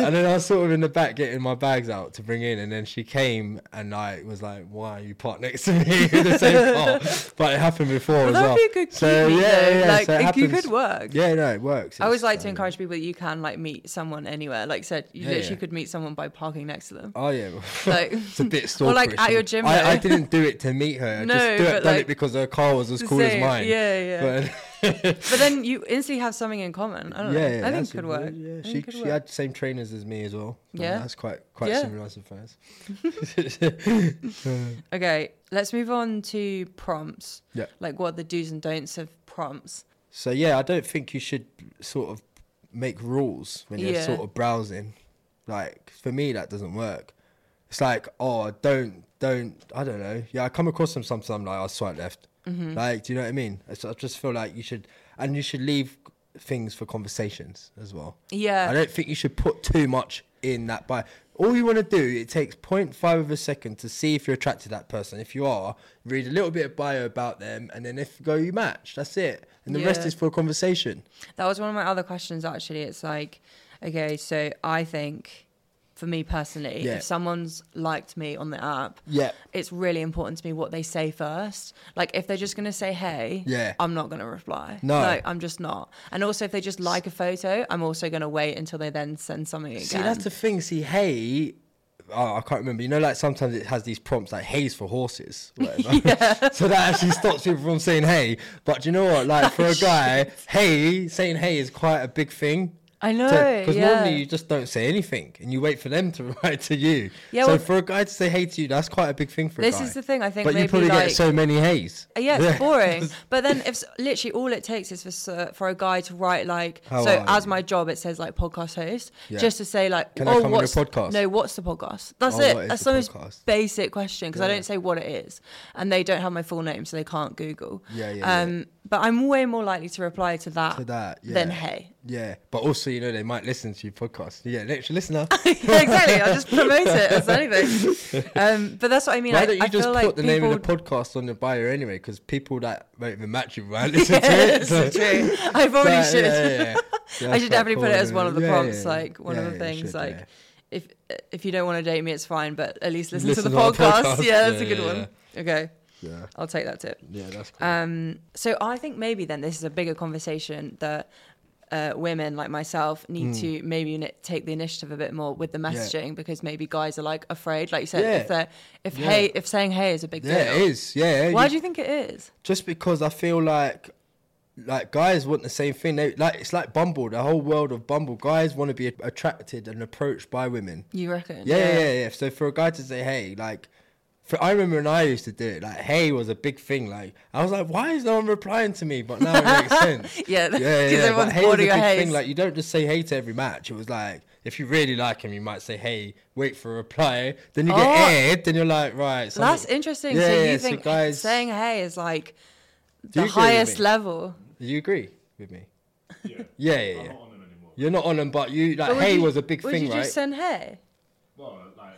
Speaker 3: and then I was sort of in the back getting my bags out to bring in. And then she came and I was like, why are you parked next to me in
Speaker 2: (laughs)
Speaker 3: the same car? But it happened before
Speaker 2: Well,
Speaker 3: as
Speaker 2: that'd
Speaker 3: well.
Speaker 2: be a good
Speaker 3: so,
Speaker 2: keep,
Speaker 3: yeah,
Speaker 2: though.
Speaker 3: yeah, yeah.
Speaker 2: Like,
Speaker 3: so it
Speaker 2: if you
Speaker 3: happens.
Speaker 2: could work.
Speaker 3: Yeah, no, it works.
Speaker 2: I always
Speaker 3: It's,
Speaker 2: like to
Speaker 3: um,
Speaker 2: encourage people that you can like meet someone anywhere. Like said, you
Speaker 3: Yeah,
Speaker 2: literally
Speaker 3: yeah.
Speaker 2: could meet someone by parking next to them.
Speaker 3: Oh yeah,
Speaker 2: Like-
Speaker 3: (laughs) it's a bit stalkerish.
Speaker 2: (laughs) Or, like, at your gym,
Speaker 3: I, I
Speaker 2: though.
Speaker 3: didn't do it to meet
Speaker 2: (laughs)
Speaker 3: her. I
Speaker 2: No,
Speaker 3: just do it,
Speaker 2: but,
Speaker 3: done
Speaker 2: like,
Speaker 3: it because her car was as
Speaker 2: (laughs)
Speaker 3: cool as
Speaker 2: Same.
Speaker 3: mine.
Speaker 2: Yeah, yeah. But,
Speaker 3: (laughs) But
Speaker 2: then you instantly have something in common. I don't know. I think it could
Speaker 3: absolutely.
Speaker 2: work.
Speaker 3: Yeah,
Speaker 2: I think
Speaker 3: she
Speaker 2: it could
Speaker 3: she
Speaker 2: work.
Speaker 3: had the same trainers as me as well. So
Speaker 2: Yeah.
Speaker 3: that's quite quite
Speaker 2: Yeah.
Speaker 3: similar, I suppose.
Speaker 2: Okay, let's move on to prompts.
Speaker 3: Yeah.
Speaker 2: Like what the do's and don'ts of prompts.
Speaker 3: So yeah, I don't think you should sort of make rules when you're
Speaker 2: Yeah.
Speaker 3: sort of browsing. Like for me, that doesn't work. It's like oh, don't don't I don't know. Yeah, I come across them sometimes. I'm like I swipe left. Like, do you know what I mean? It's, I just feel like you should and you should leave things for conversations as well. I
Speaker 2: Yeah.
Speaker 3: don't think you should put too much in that bio. All you want to do, it takes 0.5 of a second to see if you're attracted to that person. If you are, read a little bit of bio about them, and then if you go, you match. That's it. And the rest
Speaker 2: Yeah.
Speaker 3: is for conversation.
Speaker 2: That was one of my other questions actually. It's like, okay, so I think for me personally,
Speaker 3: Yeah.
Speaker 2: if someone's liked me on the app,
Speaker 3: Yeah.
Speaker 2: it's really important to me what they say first. Like if they're just gonna say hey,
Speaker 3: Yeah.
Speaker 2: I'm not gonna reply.
Speaker 3: No.
Speaker 2: Like, I'm just not. And also if they just like a photo, I'm also gonna wait until they then send something again.
Speaker 3: See, that's the thing. See, hey, oh, I can't remember. You know, like sometimes it has these prompts like "Hay's for horses," whatever. (laughs) so that actually stops people from saying "Hey." But do you know what? Like for a guy, "Hey," saying "Hey" is quite a big thing.
Speaker 2: I know.
Speaker 3: Because
Speaker 2: yeah.
Speaker 3: normally you just don't say anything and you wait for them to (laughs) write to you.
Speaker 2: Yeah,
Speaker 3: so
Speaker 2: well-
Speaker 3: for a guy to say hey to you, that's quite a big thing for a
Speaker 2: this
Speaker 3: guy.
Speaker 2: is the thing. I think
Speaker 3: but
Speaker 2: maybe
Speaker 3: you probably
Speaker 2: like
Speaker 3: get so many hays.
Speaker 2: Uh, Yeah, it's
Speaker 3: (laughs)
Speaker 2: boring. But then, if s- literally all it takes is for s- uh, for a guy to write like,
Speaker 3: How
Speaker 2: so
Speaker 3: are
Speaker 2: as
Speaker 3: you?
Speaker 2: my job it says like podcast host,
Speaker 3: Yeah.
Speaker 2: just to say like,
Speaker 3: Can I
Speaker 2: oh,
Speaker 3: come on your
Speaker 2: what's
Speaker 3: podcast?
Speaker 2: No, what's the podcast? That's
Speaker 3: Oh,
Speaker 2: it.
Speaker 3: what is
Speaker 2: That's
Speaker 3: the
Speaker 2: the, most
Speaker 3: podcast?
Speaker 2: basic question because I
Speaker 3: Yeah.
Speaker 2: don't say what it is, and they don't have my full name, so they can't Google.
Speaker 3: Yeah, yeah, yeah.
Speaker 2: Um, but I'm way more likely to reply to that,
Speaker 3: To that,
Speaker 2: than
Speaker 3: yeah.
Speaker 2: hey. (laughs)
Speaker 3: Yeah. But also, you know, they might listen to your podcast. You get an extra
Speaker 2: (laughs)
Speaker 3: listener.
Speaker 2: yeah, exactly. I just promote it as anything.
Speaker 3: (laughs)
Speaker 2: Um, but that's what I mean.
Speaker 3: Why
Speaker 2: I,
Speaker 3: don't you
Speaker 2: I
Speaker 3: just
Speaker 2: feel
Speaker 3: put
Speaker 2: like
Speaker 3: the
Speaker 2: people
Speaker 3: name of the podcast on the bio anyway? Because people that won't even match
Speaker 2: (laughs)
Speaker 3: you might listen to it. So- (laughs)
Speaker 2: It's true. I probably
Speaker 3: Yeah,
Speaker 2: should. (laughs)
Speaker 3: yeah, yeah, yeah.
Speaker 2: I
Speaker 3: That's
Speaker 2: should
Speaker 3: quite
Speaker 2: definitely put
Speaker 3: cool,
Speaker 2: it as
Speaker 3: isn't
Speaker 2: one of the
Speaker 3: Yeah,
Speaker 2: prompts,
Speaker 3: yeah.
Speaker 2: like one
Speaker 3: Yeah,
Speaker 2: of the
Speaker 3: you
Speaker 2: things.
Speaker 3: should,
Speaker 2: like,
Speaker 3: yeah.
Speaker 2: if if you don't want to date me, it's fine, but at least listen, to the
Speaker 3: Listen to the
Speaker 2: podcast.
Speaker 3: podcast.
Speaker 2: (laughs) Yeah, that's
Speaker 3: Yeah,
Speaker 2: a good
Speaker 3: yeah,
Speaker 2: one. Okay,
Speaker 3: Yeah,
Speaker 2: I'll take that tip.
Speaker 3: yeah, that's cool.
Speaker 2: Um, so I think maybe then this is a bigger conversation that uh, women like myself need
Speaker 3: Hmm.
Speaker 2: to maybe ni- take the initiative a bit more with the messaging because maybe guys are like afraid, like you said,
Speaker 3: Yeah.
Speaker 2: if they're if
Speaker 3: Yeah.
Speaker 2: hey if saying hey is a big
Speaker 3: yeah, it
Speaker 2: deal.
Speaker 3: is. Yeah,
Speaker 2: Why
Speaker 3: you-
Speaker 2: do uh, you think it is?
Speaker 3: just because I feel like like guys want the same thing. They like it's like Bumble, the whole world of Bumble. Guys want to be attracted and approached by women.
Speaker 2: You reckon? (laughs)
Speaker 3: Yeah, yeah, yeah. yeah. So for a guy to say, "Hey," like, for, I remember when I used to do it. Like, "Hey" was a big thing. Like, I was like, "Why is no one replying to me?" But now
Speaker 2: (laughs)
Speaker 3: it makes sense.
Speaker 2: Yeah,
Speaker 3: yeah, yeah.
Speaker 2: 'cause
Speaker 3: yeah.
Speaker 2: everyone's
Speaker 3: But hey
Speaker 2: bored
Speaker 3: was a
Speaker 2: of
Speaker 3: big
Speaker 2: your
Speaker 3: thing.
Speaker 2: hays.
Speaker 3: Like, you don't just say "Hey" to every match. It was like, if you really like him, you might say "Hey," wait for a reply. Then you get
Speaker 2: Oh.
Speaker 3: aired. Then you're like, right. something-
Speaker 2: That's interesting. so
Speaker 3: Yeah,
Speaker 2: you
Speaker 3: yeah,
Speaker 2: think
Speaker 3: guys-
Speaker 2: saying hey is like
Speaker 3: you agree
Speaker 2: the
Speaker 3: with
Speaker 2: highest
Speaker 3: me?
Speaker 2: level?
Speaker 3: Do you agree with me?
Speaker 4: Yeah.
Speaker 3: (laughs)
Speaker 4: Uh-huh.
Speaker 3: Yeah, yeah, yeah.
Speaker 4: I'm not on them anymore.
Speaker 3: You're not on them, but you like
Speaker 2: But would
Speaker 3: hey
Speaker 2: you-
Speaker 3: was a big
Speaker 2: would
Speaker 3: thing,
Speaker 2: you
Speaker 3: right?
Speaker 2: just send hey?
Speaker 4: Well, like,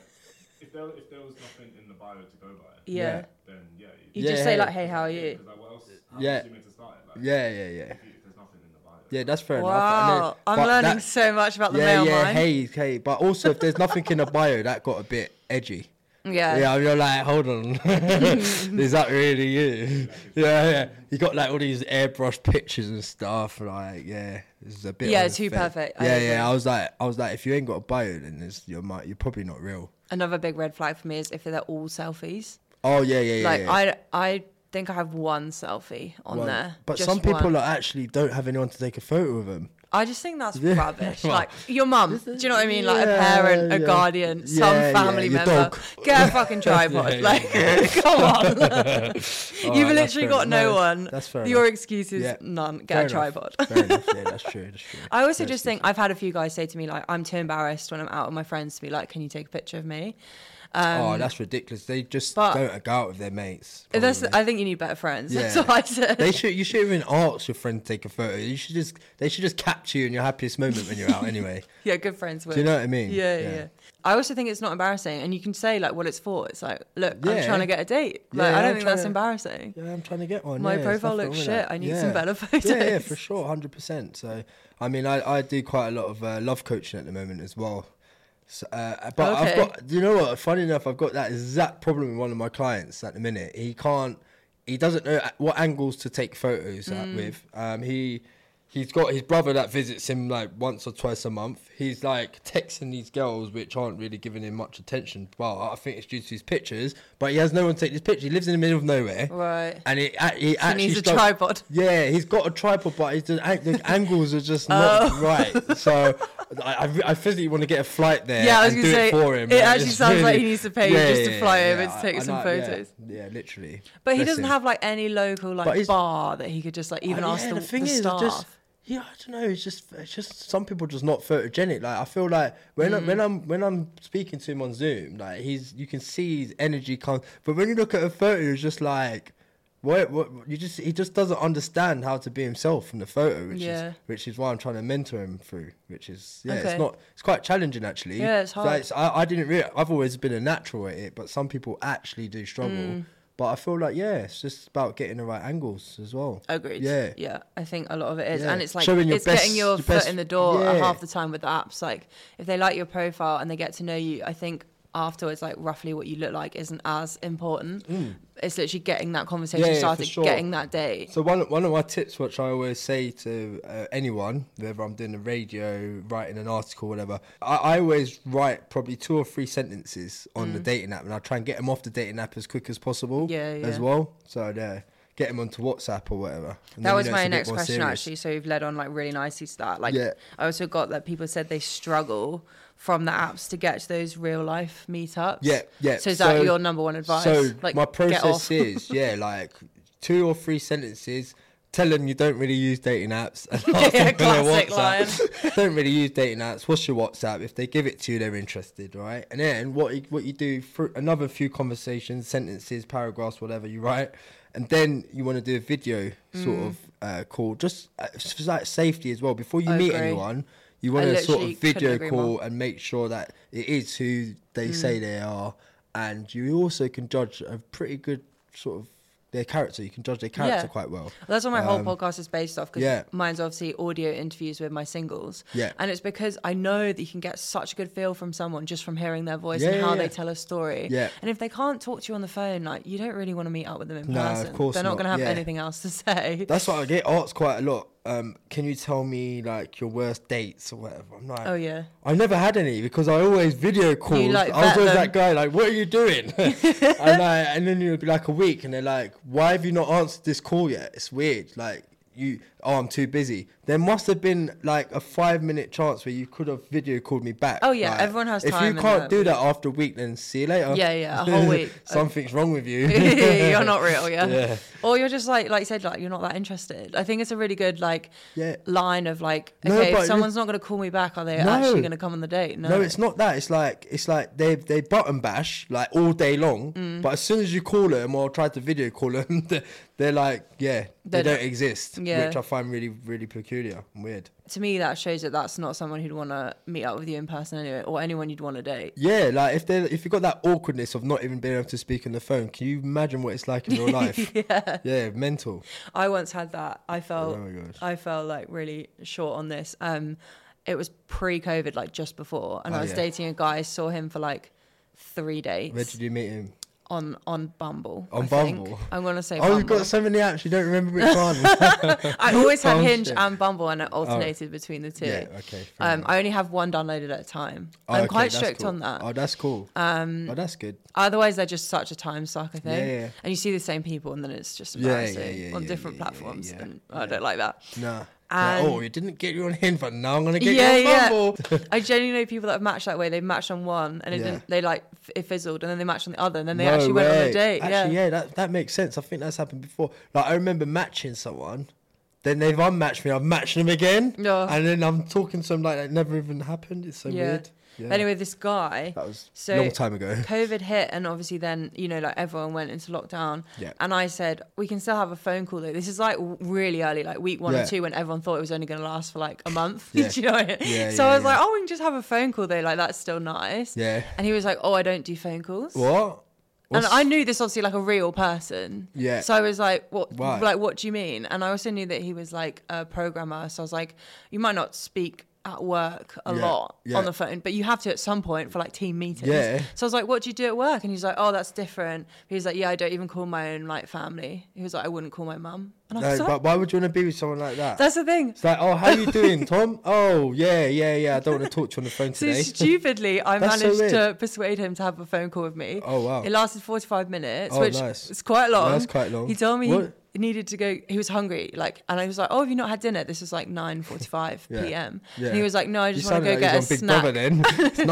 Speaker 4: if there, if there was nothing in the bio to go by,
Speaker 2: Yeah.
Speaker 3: Yeah.
Speaker 4: then yeah.
Speaker 2: You
Speaker 3: Yeah,
Speaker 2: just say
Speaker 3: hey.
Speaker 2: like hey, how are you?
Speaker 4: Because, like, what else? How
Speaker 3: Yeah.
Speaker 4: yeah. you meant to start it? Like,
Speaker 3: yeah, yeah, yeah,
Speaker 4: if you- if there's nothing in the bio.
Speaker 3: yeah. That's fair enough.
Speaker 2: Wow, I'm learning so much about the
Speaker 3: yeah,
Speaker 2: male
Speaker 3: yeah.
Speaker 2: mind.
Speaker 3: Hey, hey. But also, if there's nothing in the bio, that got a bit edgy.
Speaker 2: Yeah.
Speaker 3: Yeah, you're like, hold on, (laughs) is that really you? (laughs) Yeah, yeah. You got like all these airbrush pictures and stuff. Like, yeah, this is a bit.
Speaker 2: Yeah,
Speaker 3: unfair.
Speaker 2: too perfect. I
Speaker 3: Yeah,
Speaker 2: agree.
Speaker 3: yeah. I was like, I was like, if you ain't got a bio, then it's, you're might, you're probably not real.
Speaker 2: Another big red flag for me is if they're all selfies.
Speaker 3: Oh yeah, yeah, yeah.
Speaker 2: like
Speaker 3: yeah.
Speaker 2: I, I think I have one selfie on
Speaker 3: Well,
Speaker 2: there.
Speaker 3: But
Speaker 2: just
Speaker 3: some people
Speaker 2: one.
Speaker 3: like, actually don't have anyone to take a photo of them.
Speaker 2: I just think that's
Speaker 3: (laughs) Yeah.
Speaker 2: rubbish.
Speaker 3: Well,
Speaker 2: like your mum, do you know what I mean? Like a
Speaker 3: yeah,
Speaker 2: parent, a
Speaker 3: yeah.
Speaker 2: guardian,
Speaker 3: Yeah,
Speaker 2: some family
Speaker 3: yeah, your
Speaker 2: member.
Speaker 3: dog.
Speaker 2: Get a
Speaker 3: (laughs)
Speaker 2: fucking tripod.
Speaker 3: yeah,
Speaker 2: like, (laughs) come
Speaker 3: (laughs)
Speaker 2: on. You've
Speaker 3: Alright, that's
Speaker 2: literally
Speaker 3: fair
Speaker 2: got
Speaker 3: enough.
Speaker 2: no
Speaker 3: No,
Speaker 2: one.
Speaker 3: that's fair
Speaker 2: Your
Speaker 3: enough.
Speaker 2: excuse is
Speaker 3: Yeah.
Speaker 2: none.
Speaker 3: Fair
Speaker 2: Get
Speaker 3: enough.
Speaker 2: a tripod. Um,
Speaker 3: Fair enough. Yeah, that's true. That's
Speaker 2: (laughs)
Speaker 3: true.
Speaker 2: I also
Speaker 3: Fair
Speaker 2: just think I've had a few guys say to me like, I'm too embarrassed when I'm out with my friends to be like, can you take a picture of me? Um,
Speaker 3: oh, that's ridiculous. They just
Speaker 2: but-
Speaker 3: don't go out with their mates.
Speaker 2: that's, (laughs)
Speaker 3: probably.
Speaker 2: I think you need better friends. That's
Speaker 3: Oh, Yeah.
Speaker 2: what I said.
Speaker 3: they should. You should even ask your friend to take a photo. You should just. They should just capture you in your happiest moment when you're out. Anyway,
Speaker 2: yeah, good friends. With.
Speaker 3: do you know what I mean?
Speaker 2: Yeah, yeah. yeah. I also think it's not embarrassing, and you can say like what it's for. It's like, look,
Speaker 3: Yeah.
Speaker 2: I'm trying to get a date. Like,
Speaker 3: Yeah,
Speaker 2: I don't
Speaker 3: I'm
Speaker 2: think
Speaker 3: trying
Speaker 2: that's
Speaker 3: to-
Speaker 2: embarrassing.
Speaker 3: Yeah, I'm trying to get one.
Speaker 2: My
Speaker 3: yeah,
Speaker 2: profile
Speaker 3: there's nothing
Speaker 2: looks
Speaker 3: wrong with
Speaker 2: shit.
Speaker 3: that.
Speaker 2: I need some better
Speaker 3: Yeah, yeah,
Speaker 2: photos.
Speaker 3: for sure, hundred percent. So, I mean, I, I do quite a lot of uh, love coaching at the moment as well. So, uh, but I've
Speaker 2: Okay.
Speaker 3: got, you know what? Funny enough, I've got that exact problem with one of my clients at the minute. He can't, he doesn't know at what angles to take photos
Speaker 2: Mm.
Speaker 3: at with. Um, he he's got his brother that visits him like once or twice a month. He's like texting these girls which aren't really giving him much attention. Well, I think it's due to his pictures, but he has no one to take his picture. He lives in the middle of nowhere.
Speaker 2: Right.
Speaker 3: And it, act- he
Speaker 2: He
Speaker 3: actually
Speaker 2: needs a
Speaker 3: strugg-
Speaker 2: tripod.
Speaker 3: yeah, he's got a tripod, but he's the,
Speaker 2: (laughs)
Speaker 3: ang- the angles are just not
Speaker 2: Oh.
Speaker 3: right. So I, I, re- I physically want to get a flight there.
Speaker 2: Yeah, I was
Speaker 3: and
Speaker 2: gonna
Speaker 3: do
Speaker 2: say,
Speaker 3: it for him.
Speaker 2: it
Speaker 3: but
Speaker 2: actually
Speaker 3: it's
Speaker 2: sounds like he needs to pay you just to fly over to
Speaker 3: I-
Speaker 2: take
Speaker 3: I
Speaker 2: some
Speaker 3: know, yeah.
Speaker 2: photos.
Speaker 3: Yeah, literally.
Speaker 2: But he
Speaker 3: Bless
Speaker 2: doesn't
Speaker 3: him.
Speaker 2: have like any local
Speaker 3: But
Speaker 2: like
Speaker 3: he's-
Speaker 2: bar that he could just like even
Speaker 3: Uh,
Speaker 2: ask
Speaker 3: yeah,
Speaker 2: the, the,
Speaker 3: thing is,
Speaker 2: staff.
Speaker 3: I just yeah, I don't know. It's just it's just some people just not photogenic. Like I feel like when I,
Speaker 2: Mm.
Speaker 3: when I'm when I'm speaking to him on Zoom, like he's you can see his energy comes. But when you look at a photo, it's just like. What, what you just he just doesn't understand how to be himself in the photo, which
Speaker 2: Yeah.
Speaker 3: is which is why I'm trying to mentor him through. Which is yeah,
Speaker 2: Okay.
Speaker 3: it's not it's quite challenging actually.
Speaker 2: Yeah, it's
Speaker 3: So
Speaker 2: hard.
Speaker 3: I, I didn't really I've always been a natural at it, but some people actually do struggle.
Speaker 2: Mm.
Speaker 3: But I feel like yeah, it's just about getting the right angles as well.
Speaker 2: Agreed.
Speaker 3: Yeah.
Speaker 2: Yeah. I think a lot of it is.
Speaker 3: Yeah.
Speaker 2: And it's like
Speaker 3: Showing your
Speaker 2: it's
Speaker 3: best-
Speaker 2: getting your,
Speaker 3: your
Speaker 2: foot
Speaker 3: best-
Speaker 2: in the door
Speaker 3: yeah.
Speaker 2: half the time with the apps. Like if they like your profile and they get to know you, I think afterwards like roughly what you look like isn't as important. It's literally getting that conversation
Speaker 3: Hmm. Yeah, yeah, for
Speaker 2: started,
Speaker 3: sure.
Speaker 2: getting that date.
Speaker 3: So one one of my tips, which I always say to uh, anyone, whether I'm doing the radio, writing an article, whatever, I, I always write probably two or three sentences on the dating app, and I try and get them off the dating app as quick as possible.
Speaker 2: Mm. Yeah,
Speaker 3: As
Speaker 2: yeah.
Speaker 3: well, so yeah, get them onto WhatsApp or whatever. and
Speaker 2: That
Speaker 3: then, you
Speaker 2: was
Speaker 3: know, it's
Speaker 2: my
Speaker 3: a bit
Speaker 2: next
Speaker 3: more
Speaker 2: question,
Speaker 3: serious.
Speaker 2: actually. So you've led on like really nicely to that. Like,
Speaker 3: Yeah.
Speaker 2: I also got that people said they struggle from the apps to get to those real life meetups.
Speaker 3: Yeah, yeah.
Speaker 2: So is that
Speaker 3: So-
Speaker 2: your number one advice?
Speaker 3: So
Speaker 2: like,
Speaker 3: my
Speaker 2: get
Speaker 3: process
Speaker 2: (laughs) off.
Speaker 3: is yeah, like two or three sentences. Tell them you don't really use dating apps.
Speaker 2: (laughs)
Speaker 3: And ask them for their
Speaker 2: classic
Speaker 3: WhatsApp. (laughs) don't really use dating apps. What's your WhatsApp? If they give it to you, they're interested, right? And then what you, what you do for another few conversations, sentences, paragraphs, whatever you write, and then you want to do a video sort
Speaker 2: Mm.
Speaker 3: of uh, call, just uh, s- for like safety as well. Before you
Speaker 2: I
Speaker 3: meet
Speaker 2: agree.
Speaker 3: anyone, you want to sort
Speaker 2: literally
Speaker 3: of
Speaker 2: couldn't
Speaker 3: video
Speaker 2: agree
Speaker 3: call
Speaker 2: more.
Speaker 3: and make sure that it is who they say they are. And you also can judge a pretty good sort of their character. You can judge their character
Speaker 2: Yeah.
Speaker 3: quite well.
Speaker 2: That's what my whole podcast is based off because
Speaker 3: Um, yeah.
Speaker 2: mine's obviously audio interviews with my singles.
Speaker 3: Yeah.
Speaker 2: And it's because I know that you can get such a good feel from someone just from hearing their voice
Speaker 3: Yeah,
Speaker 2: and how
Speaker 3: yeah, yeah.
Speaker 2: they tell a story.
Speaker 3: Yeah.
Speaker 2: And if they can't talk to you on the phone, like you don't really want to meet up with them in
Speaker 3: No, of
Speaker 2: person.
Speaker 3: course
Speaker 2: They're
Speaker 3: not.
Speaker 2: not, going to have
Speaker 3: Yeah.
Speaker 2: anything else to say.
Speaker 3: That's what I get asked quite a lot. Um, can you tell me like your worst dates or whatever? I'm like,
Speaker 2: Oh, yeah.
Speaker 3: I never had any because I always video called.
Speaker 2: like,
Speaker 3: I was
Speaker 2: vet
Speaker 3: always
Speaker 2: them.
Speaker 3: that guy like, "What are you
Speaker 2: (laughs)
Speaker 3: doing?" (laughs) and like, and then you'll be like a week, and they're like, "Why have you not answered this call yet?" It's weird. Like you, oh, I'm too busy. There must have been like a five minute chance where you could have video called me back.
Speaker 2: Oh, yeah,
Speaker 3: Like,
Speaker 2: everyone has
Speaker 3: If
Speaker 2: time
Speaker 3: you
Speaker 2: in
Speaker 3: can't
Speaker 2: that
Speaker 3: do that after a week, then see you later.
Speaker 2: Yeah, yeah, a
Speaker 3: (laughs)
Speaker 2: whole week.
Speaker 3: Something's wrong with
Speaker 2: (laughs)
Speaker 3: you. (laughs)
Speaker 2: you're not real, yeah.
Speaker 3: Yeah.
Speaker 2: Or you're just like, like you said, like you're not that interested. I think it's a really good like
Speaker 3: Yeah.
Speaker 2: line of like,
Speaker 3: No,
Speaker 2: okay,
Speaker 3: but
Speaker 2: if someone's not going to call me back, are they
Speaker 3: No.
Speaker 2: actually going to come on the date? No,
Speaker 3: No, it's not that. It's like it's like they they button bash like all day long,
Speaker 2: Mm.
Speaker 3: but as soon as you call them or try to video call them, (laughs) they're, they're like, yeah,
Speaker 2: They're
Speaker 3: they don't
Speaker 2: not-
Speaker 3: exist,
Speaker 2: Yeah.
Speaker 3: which I find really really peculiar and weird.
Speaker 2: To me, that shows that that's not someone who'd want to meet up with you in person anyway, or anyone you'd want to date.
Speaker 3: Yeah, like if they if you got that awkwardness of not even being able to speak on the phone, can you imagine what it's like in
Speaker 2: (laughs)
Speaker 3: real life? yeah, yeah, mental.
Speaker 2: I once had that. I felt
Speaker 3: Oh my gosh.
Speaker 2: I felt like really short on this. Um, it was pre-COVID, like just before, and
Speaker 3: Oh,
Speaker 2: I was
Speaker 3: yeah.
Speaker 2: dating a guy. Saw him for like three dates
Speaker 3: Where did you meet him?
Speaker 2: on on Bumble.
Speaker 3: On
Speaker 2: I think.
Speaker 3: Bumble?
Speaker 2: I'm gonna say.
Speaker 3: Oh,
Speaker 2: Bumble.
Speaker 3: you've got so many apps, you don't remember
Speaker 2: (laughs)
Speaker 3: which one. (laughs)
Speaker 2: I always had
Speaker 3: Oh,
Speaker 2: Hinge
Speaker 3: shit.
Speaker 2: and Bumble, and I alternated between the two.
Speaker 3: Oh. Yeah, okay, fair
Speaker 2: Um, I only have one downloaded at a time.
Speaker 3: Oh,
Speaker 2: I'm
Speaker 3: okay,
Speaker 2: quite
Speaker 3: that's
Speaker 2: strict
Speaker 3: cool.
Speaker 2: on that.
Speaker 3: Oh, that's cool. Um, oh, that's good.
Speaker 2: Otherwise, they're just such a time suck. I think.
Speaker 3: Yeah, yeah.
Speaker 2: And you see the same people, and then it's just
Speaker 3: Yeah, yeah,
Speaker 2: embarrassing
Speaker 3: yeah,
Speaker 2: on
Speaker 3: yeah,
Speaker 2: different
Speaker 3: yeah, yeah,
Speaker 2: platforms,
Speaker 3: yeah,
Speaker 2: and I don't like that.
Speaker 3: Nah. Nah,
Speaker 2: And-
Speaker 3: oh, you didn't get you on Hinge, but now I'm gonna get
Speaker 2: Yeah,
Speaker 3: you on
Speaker 2: yeah.
Speaker 3: Bumble. (laughs)
Speaker 2: I genuinely know people that have matched that way. They matched on one, and it
Speaker 3: Yeah.
Speaker 2: didn't, they like f- it fizzled, and then they matched on the other, and then they
Speaker 3: No
Speaker 2: actually went on
Speaker 3: way.
Speaker 2: a date.
Speaker 3: Actually,
Speaker 2: yeah.
Speaker 3: yeah, that, that makes sense. I think that's happened before. Like, I remember matching someone, then they've unmatched me, I've matched them again.
Speaker 2: Yeah.
Speaker 3: And then I'm talking to them like that never even happened. It's so weird. Yeah.
Speaker 2: But anyway, this guy,
Speaker 3: That was
Speaker 2: So-
Speaker 3: a long time ago.
Speaker 2: COVID hit, and obviously then you know like everyone went into lockdown.
Speaker 3: Yeah.
Speaker 2: And I said we can still have a phone call though. This is like w- really early, like week one
Speaker 3: Yeah.
Speaker 2: or two, when everyone thought it was only going to last for like a month. (laughs)
Speaker 3: Yeah.
Speaker 2: Do you know? What I mean?
Speaker 3: Yeah,
Speaker 2: so
Speaker 3: yeah,
Speaker 2: I was
Speaker 3: yeah.
Speaker 2: like, oh, we can just have a phone call though. Like that's still nice.
Speaker 3: Yeah.
Speaker 2: And he was like, oh, I don't do phone calls.
Speaker 3: What?
Speaker 2: And
Speaker 3: What's-
Speaker 2: I knew this obviously like a real person.
Speaker 3: Yeah.
Speaker 2: So I was like, what?
Speaker 3: Why?
Speaker 2: Like, what do you mean? And I also knew that he was like a programmer. So I was like, you might not speak at work a
Speaker 3: Yeah,
Speaker 2: lot
Speaker 3: yeah.
Speaker 2: on the phone, but you have to at some point for like team meetings.
Speaker 3: Yeah.
Speaker 2: So I was like, what do you do at work? And he's like, oh, that's different. He was like, yeah, I don't even call my own like family. He was like, I wouldn't call my mum. And I
Speaker 3: No,
Speaker 2: was like,
Speaker 3: but why would you want to be with someone like that?
Speaker 2: that's the thing.
Speaker 3: it's like, oh, how you
Speaker 2: (laughs)
Speaker 3: doing, Tom? Oh, yeah, yeah, yeah. I don't want to talk to you on the phone
Speaker 2: So
Speaker 3: (laughs) today.
Speaker 2: stupidly, I
Speaker 3: That's so
Speaker 2: managed to
Speaker 3: weird.
Speaker 2: persuade him to have a phone call with me.
Speaker 3: Oh, wow.
Speaker 2: It lasted forty-five minutes,
Speaker 3: Oh,
Speaker 2: which
Speaker 3: nice.
Speaker 2: is quite long.
Speaker 3: That's quite long.
Speaker 2: He told me
Speaker 3: What-
Speaker 2: he needed to go. He was hungry, like, and I was like, "Oh, have you not had dinner?" This was like nine forty-five
Speaker 3: (laughs) Yeah.
Speaker 2: p.m.
Speaker 3: Yeah.
Speaker 2: And he was like, "No, I just
Speaker 3: you
Speaker 2: want
Speaker 3: sound
Speaker 2: to go get
Speaker 3: like
Speaker 2: a
Speaker 3: he's on Big
Speaker 2: snack." (laughs)
Speaker 3: Brother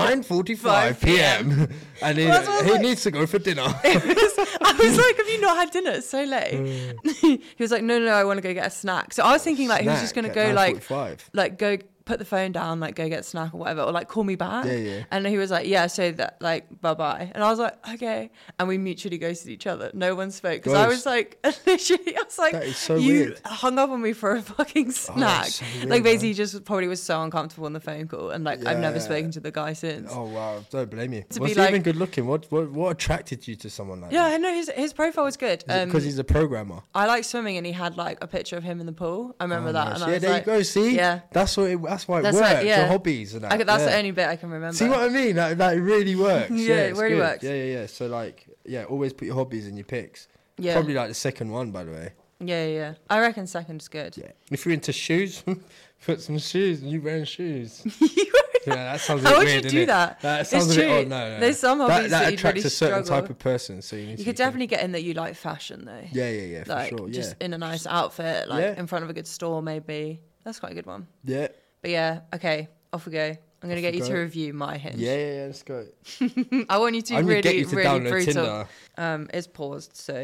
Speaker 3: then. It's 9.45 p.m. (laughs) and he,
Speaker 2: Well, that's what I was
Speaker 3: he
Speaker 2: like.
Speaker 3: needs to go for dinner.
Speaker 2: I
Speaker 3: (laughs)
Speaker 2: was like, "Have you not had dinner? It's so late." (laughs) he was like, "No, no, no, I want to go get a snack." So I was thinking like (laughs) he was just
Speaker 3: Mm.
Speaker 2: going
Speaker 3: Snack
Speaker 2: to
Speaker 3: at
Speaker 2: go like
Speaker 3: 9:45.
Speaker 2: like go put the phone down, like go get a snack or whatever, or like call me back.
Speaker 3: Yeah, yeah.
Speaker 2: And he was like, yeah, so that like bye bye. And I was like, okay. And we mutually ghosted each other. No one spoke because I
Speaker 3: Gross.
Speaker 2: was like, (laughs) literally, I was like,
Speaker 3: That is so
Speaker 2: you
Speaker 3: weird. Oh,
Speaker 2: hung up on me for a fucking snack.
Speaker 3: so weird,
Speaker 2: like basically,
Speaker 3: man.
Speaker 2: he just probably was so uncomfortable on the phone call, and like I've never
Speaker 3: Yeah.
Speaker 2: spoken to the guy since.
Speaker 3: Oh, wow. Don't blame you.
Speaker 2: To
Speaker 3: What's
Speaker 2: be like-
Speaker 3: even good looking? What, what what attracted you to someone like
Speaker 2: Yeah,
Speaker 3: that?
Speaker 2: I know his his profile was good. Um,
Speaker 3: Because he's a programmer.
Speaker 2: I like swimming, and he had like a picture of him in the pool. I remember
Speaker 3: Oh,
Speaker 2: that.
Speaker 3: nice.
Speaker 2: And I
Speaker 3: yeah,
Speaker 2: was
Speaker 3: there
Speaker 2: like-
Speaker 3: you go. See,
Speaker 2: Yeah.
Speaker 3: that's what it, that's why it
Speaker 2: That's
Speaker 3: works.
Speaker 2: right, yeah.
Speaker 3: Your hobbies and that.
Speaker 2: I, could- that's
Speaker 3: yeah.
Speaker 2: the only bit I can remember.
Speaker 3: See what I mean? That, that really
Speaker 2: (laughs)
Speaker 3: works.
Speaker 2: Yeah,
Speaker 3: yeah,
Speaker 2: it
Speaker 3: it's
Speaker 2: really
Speaker 3: good.
Speaker 2: works.
Speaker 3: Yeah, yeah, yeah. So like, yeah, always put your hobbies in your picks.
Speaker 2: Yeah.
Speaker 3: Probably like the second one, by the way.
Speaker 2: Yeah, yeah, yeah. I reckon second's good. (laughs)
Speaker 3: Yeah. If you're into shoes, (laughs) put some shoes. You wearing shoes? yeah, that sounds. A
Speaker 2: (laughs)
Speaker 3: bit
Speaker 2: How would
Speaker 3: weird,
Speaker 2: you
Speaker 3: innit?
Speaker 2: do that?
Speaker 3: That
Speaker 2: It's
Speaker 3: sounds a bit.
Speaker 2: true.
Speaker 3: Oh, no, no,
Speaker 2: There's
Speaker 3: no.
Speaker 2: some hobbies
Speaker 3: that,
Speaker 2: that
Speaker 3: that
Speaker 2: you'd
Speaker 3: attracts
Speaker 2: really
Speaker 3: a certain
Speaker 2: struggle.
Speaker 3: type of person. So you need
Speaker 2: You
Speaker 3: to
Speaker 2: could
Speaker 3: be careful.
Speaker 2: definitely get in that you like fashion though.
Speaker 3: Yeah, yeah, yeah, for
Speaker 2: like
Speaker 3: sure. Yeah,
Speaker 2: just in a nice outfit, like
Speaker 3: Yeah.
Speaker 2: in front of a good store maybe. That's quite a good one.
Speaker 3: yeah,
Speaker 2: But yeah, okay, off we go. I'm gonna
Speaker 3: Off
Speaker 2: get
Speaker 3: we
Speaker 2: you to
Speaker 3: go.
Speaker 2: review my hinge.
Speaker 3: yeah, yeah, yeah. Let's go.
Speaker 2: (laughs) I want you to
Speaker 3: I'm gonna
Speaker 2: really,
Speaker 3: get you to
Speaker 2: really
Speaker 3: download
Speaker 2: brutal.
Speaker 3: Tinder.
Speaker 2: Um, it's paused, so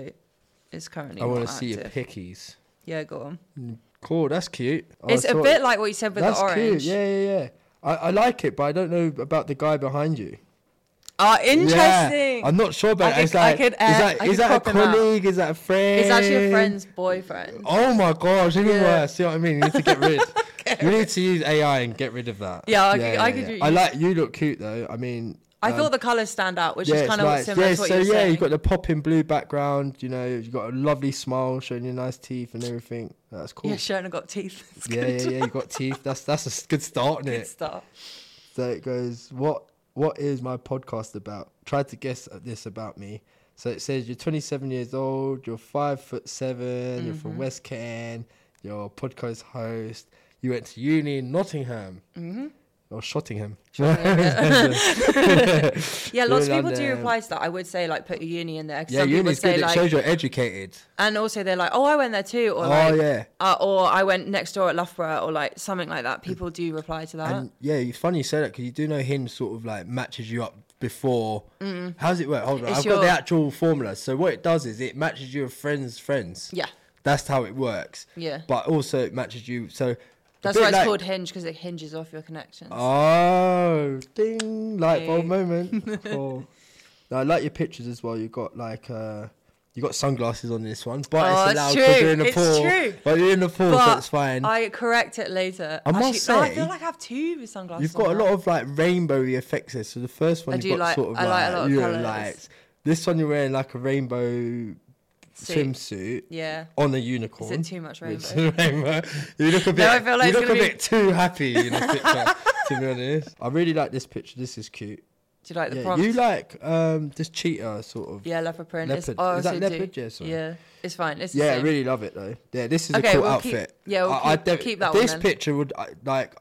Speaker 2: it's currently.
Speaker 3: I want
Speaker 2: not
Speaker 3: to see your
Speaker 2: active.
Speaker 3: pickies.
Speaker 2: Yeah, go on.
Speaker 3: Cool, that's cute. I
Speaker 2: it's a
Speaker 3: saw-
Speaker 2: bit like what you said with
Speaker 3: Oh, That's
Speaker 2: the orange.
Speaker 3: cute. Yeah, yeah, yeah. I, I like it, but I don't know about the guy behind you.
Speaker 2: Oh,
Speaker 3: Yeah,
Speaker 2: interesting.
Speaker 3: I'm not sure
Speaker 2: I
Speaker 3: about
Speaker 2: could-
Speaker 3: it. It's
Speaker 2: I
Speaker 3: like,
Speaker 2: could, uh,
Speaker 3: is that,
Speaker 2: I
Speaker 3: is
Speaker 2: could
Speaker 3: that a
Speaker 2: crop him out.
Speaker 3: colleague? Is that a friend?
Speaker 2: it's actually a friend's boyfriend.
Speaker 3: Oh my gosh, even
Speaker 2: Yeah.
Speaker 3: worse. See what I mean? You need to get
Speaker 2: (laughs)
Speaker 3: rid. You need to use AI and get rid of that.
Speaker 2: Yeah, I could- I could use-
Speaker 3: I like you look cute though. I mean,
Speaker 2: I
Speaker 3: um,
Speaker 2: thought the colours stand out, which is
Speaker 3: it's
Speaker 2: kind of
Speaker 3: nice.
Speaker 2: similar
Speaker 3: yeah,
Speaker 2: to what
Speaker 3: so
Speaker 2: you
Speaker 3: yeah,
Speaker 2: were saying.
Speaker 3: you've got the popping blue background. You know, you've got a lovely smile showing your nice teeth and everything. That's cool.
Speaker 2: Yeah, Shona got teeth. (laughs) It's
Speaker 3: yeah,
Speaker 2: good.
Speaker 3: yeah, yeah. You got teeth. That's that's a s- good start,
Speaker 2: (laughs)
Speaker 3: isn't
Speaker 2: Good
Speaker 3: it?
Speaker 2: start.
Speaker 3: So it goes, what What is my podcast about? Try to guess at this about me. So it says you're 27 years old, you're five foot 7 you you're
Speaker 2: Mm-hmm.
Speaker 3: from West Cairn, you're a podcast host, you went to uni in Nottingham
Speaker 2: Mm-hmm. (laughs)
Speaker 3: or Shottingham.
Speaker 2: Yeah, lots of
Speaker 3: Good
Speaker 2: people
Speaker 3: on
Speaker 2: do
Speaker 3: them.
Speaker 2: reply to that. I would say like put a uni in there. 'cause
Speaker 3: (laughs) Yeah,
Speaker 2: some people
Speaker 3: uni's
Speaker 2: say
Speaker 3: good. it
Speaker 2: like,
Speaker 3: shows you're educated.
Speaker 2: and also they're like, oh, I went there too, or
Speaker 3: Oh,
Speaker 2: like,
Speaker 3: yeah.
Speaker 2: uh, or I went next door at Loughborough, or like something like that. People do reply to that.
Speaker 3: And yeah, it's funny you say that because you do know Hinge sort of like matches you up before. Mm. How's it work? Hold on,
Speaker 2: It's
Speaker 3: I've got the
Speaker 2: your-
Speaker 3: actual formula. So what it does is it matches your friends' friends.
Speaker 2: Yeah.
Speaker 3: that's how it works.
Speaker 2: Yeah.
Speaker 3: but also it matches you. So a
Speaker 2: That's
Speaker 3: bit
Speaker 2: why it's
Speaker 3: like-
Speaker 2: called hinge because it hinges off your connections.
Speaker 3: Oh, ding! Light bulb
Speaker 2: Hey. (laughs)
Speaker 3: moment. Cool. Now, I like your pictures as well. You've got like uh, you got sunglasses on this one, but
Speaker 2: Oh,
Speaker 3: it's
Speaker 2: it's
Speaker 3: allowed because
Speaker 2: true.
Speaker 3: you're in the
Speaker 2: It's
Speaker 3: pool.
Speaker 2: true.
Speaker 3: But you're in the pool, so
Speaker 2: but
Speaker 3: it's fine.
Speaker 2: I correct it later.
Speaker 3: I must
Speaker 2: Actually, oh, I
Speaker 3: say,
Speaker 2: feel like I have two with sunglasses.
Speaker 3: You've got
Speaker 2: on
Speaker 3: a
Speaker 2: now.
Speaker 3: lot of like rainbowy effects here. So the first one
Speaker 2: I
Speaker 3: you've
Speaker 2: do
Speaker 3: got
Speaker 2: like-
Speaker 3: sort of
Speaker 2: I like a
Speaker 3: like,
Speaker 2: lot of
Speaker 3: you know,
Speaker 2: colours.
Speaker 3: lights. This one you're wearing like a rainbow
Speaker 2: Suit.
Speaker 3: swimsuit
Speaker 2: Yeah.
Speaker 3: on a
Speaker 2: Is
Speaker 3: unicorn.
Speaker 2: it too much rainbow?
Speaker 3: It's a rainbow. You look a bit.
Speaker 2: I feel like
Speaker 3: you
Speaker 2: it's
Speaker 3: look a
Speaker 2: gonna be-
Speaker 3: bit too happy in this picture. to be honest, I really like this picture. This is cute.
Speaker 2: Do you like the
Speaker 3: Yeah,
Speaker 2: prompt?
Speaker 3: you like um this cheetah sort of.
Speaker 2: yeah, leopard print. It's,
Speaker 3: Leopard.
Speaker 2: oh, I
Speaker 3: Is that
Speaker 2: also
Speaker 3: leopard?
Speaker 2: Do.
Speaker 3: Yeah, sorry.
Speaker 2: it's fine. It's the
Speaker 3: Yeah, I
Speaker 2: same.
Speaker 3: really love it though. Yeah, this is
Speaker 2: Okay,
Speaker 3: a cool
Speaker 2: we'll keep-
Speaker 3: outfit.
Speaker 2: yeah, we'll keep-
Speaker 3: def-
Speaker 2: keep that one
Speaker 3: This
Speaker 2: then.
Speaker 3: picture would I, like.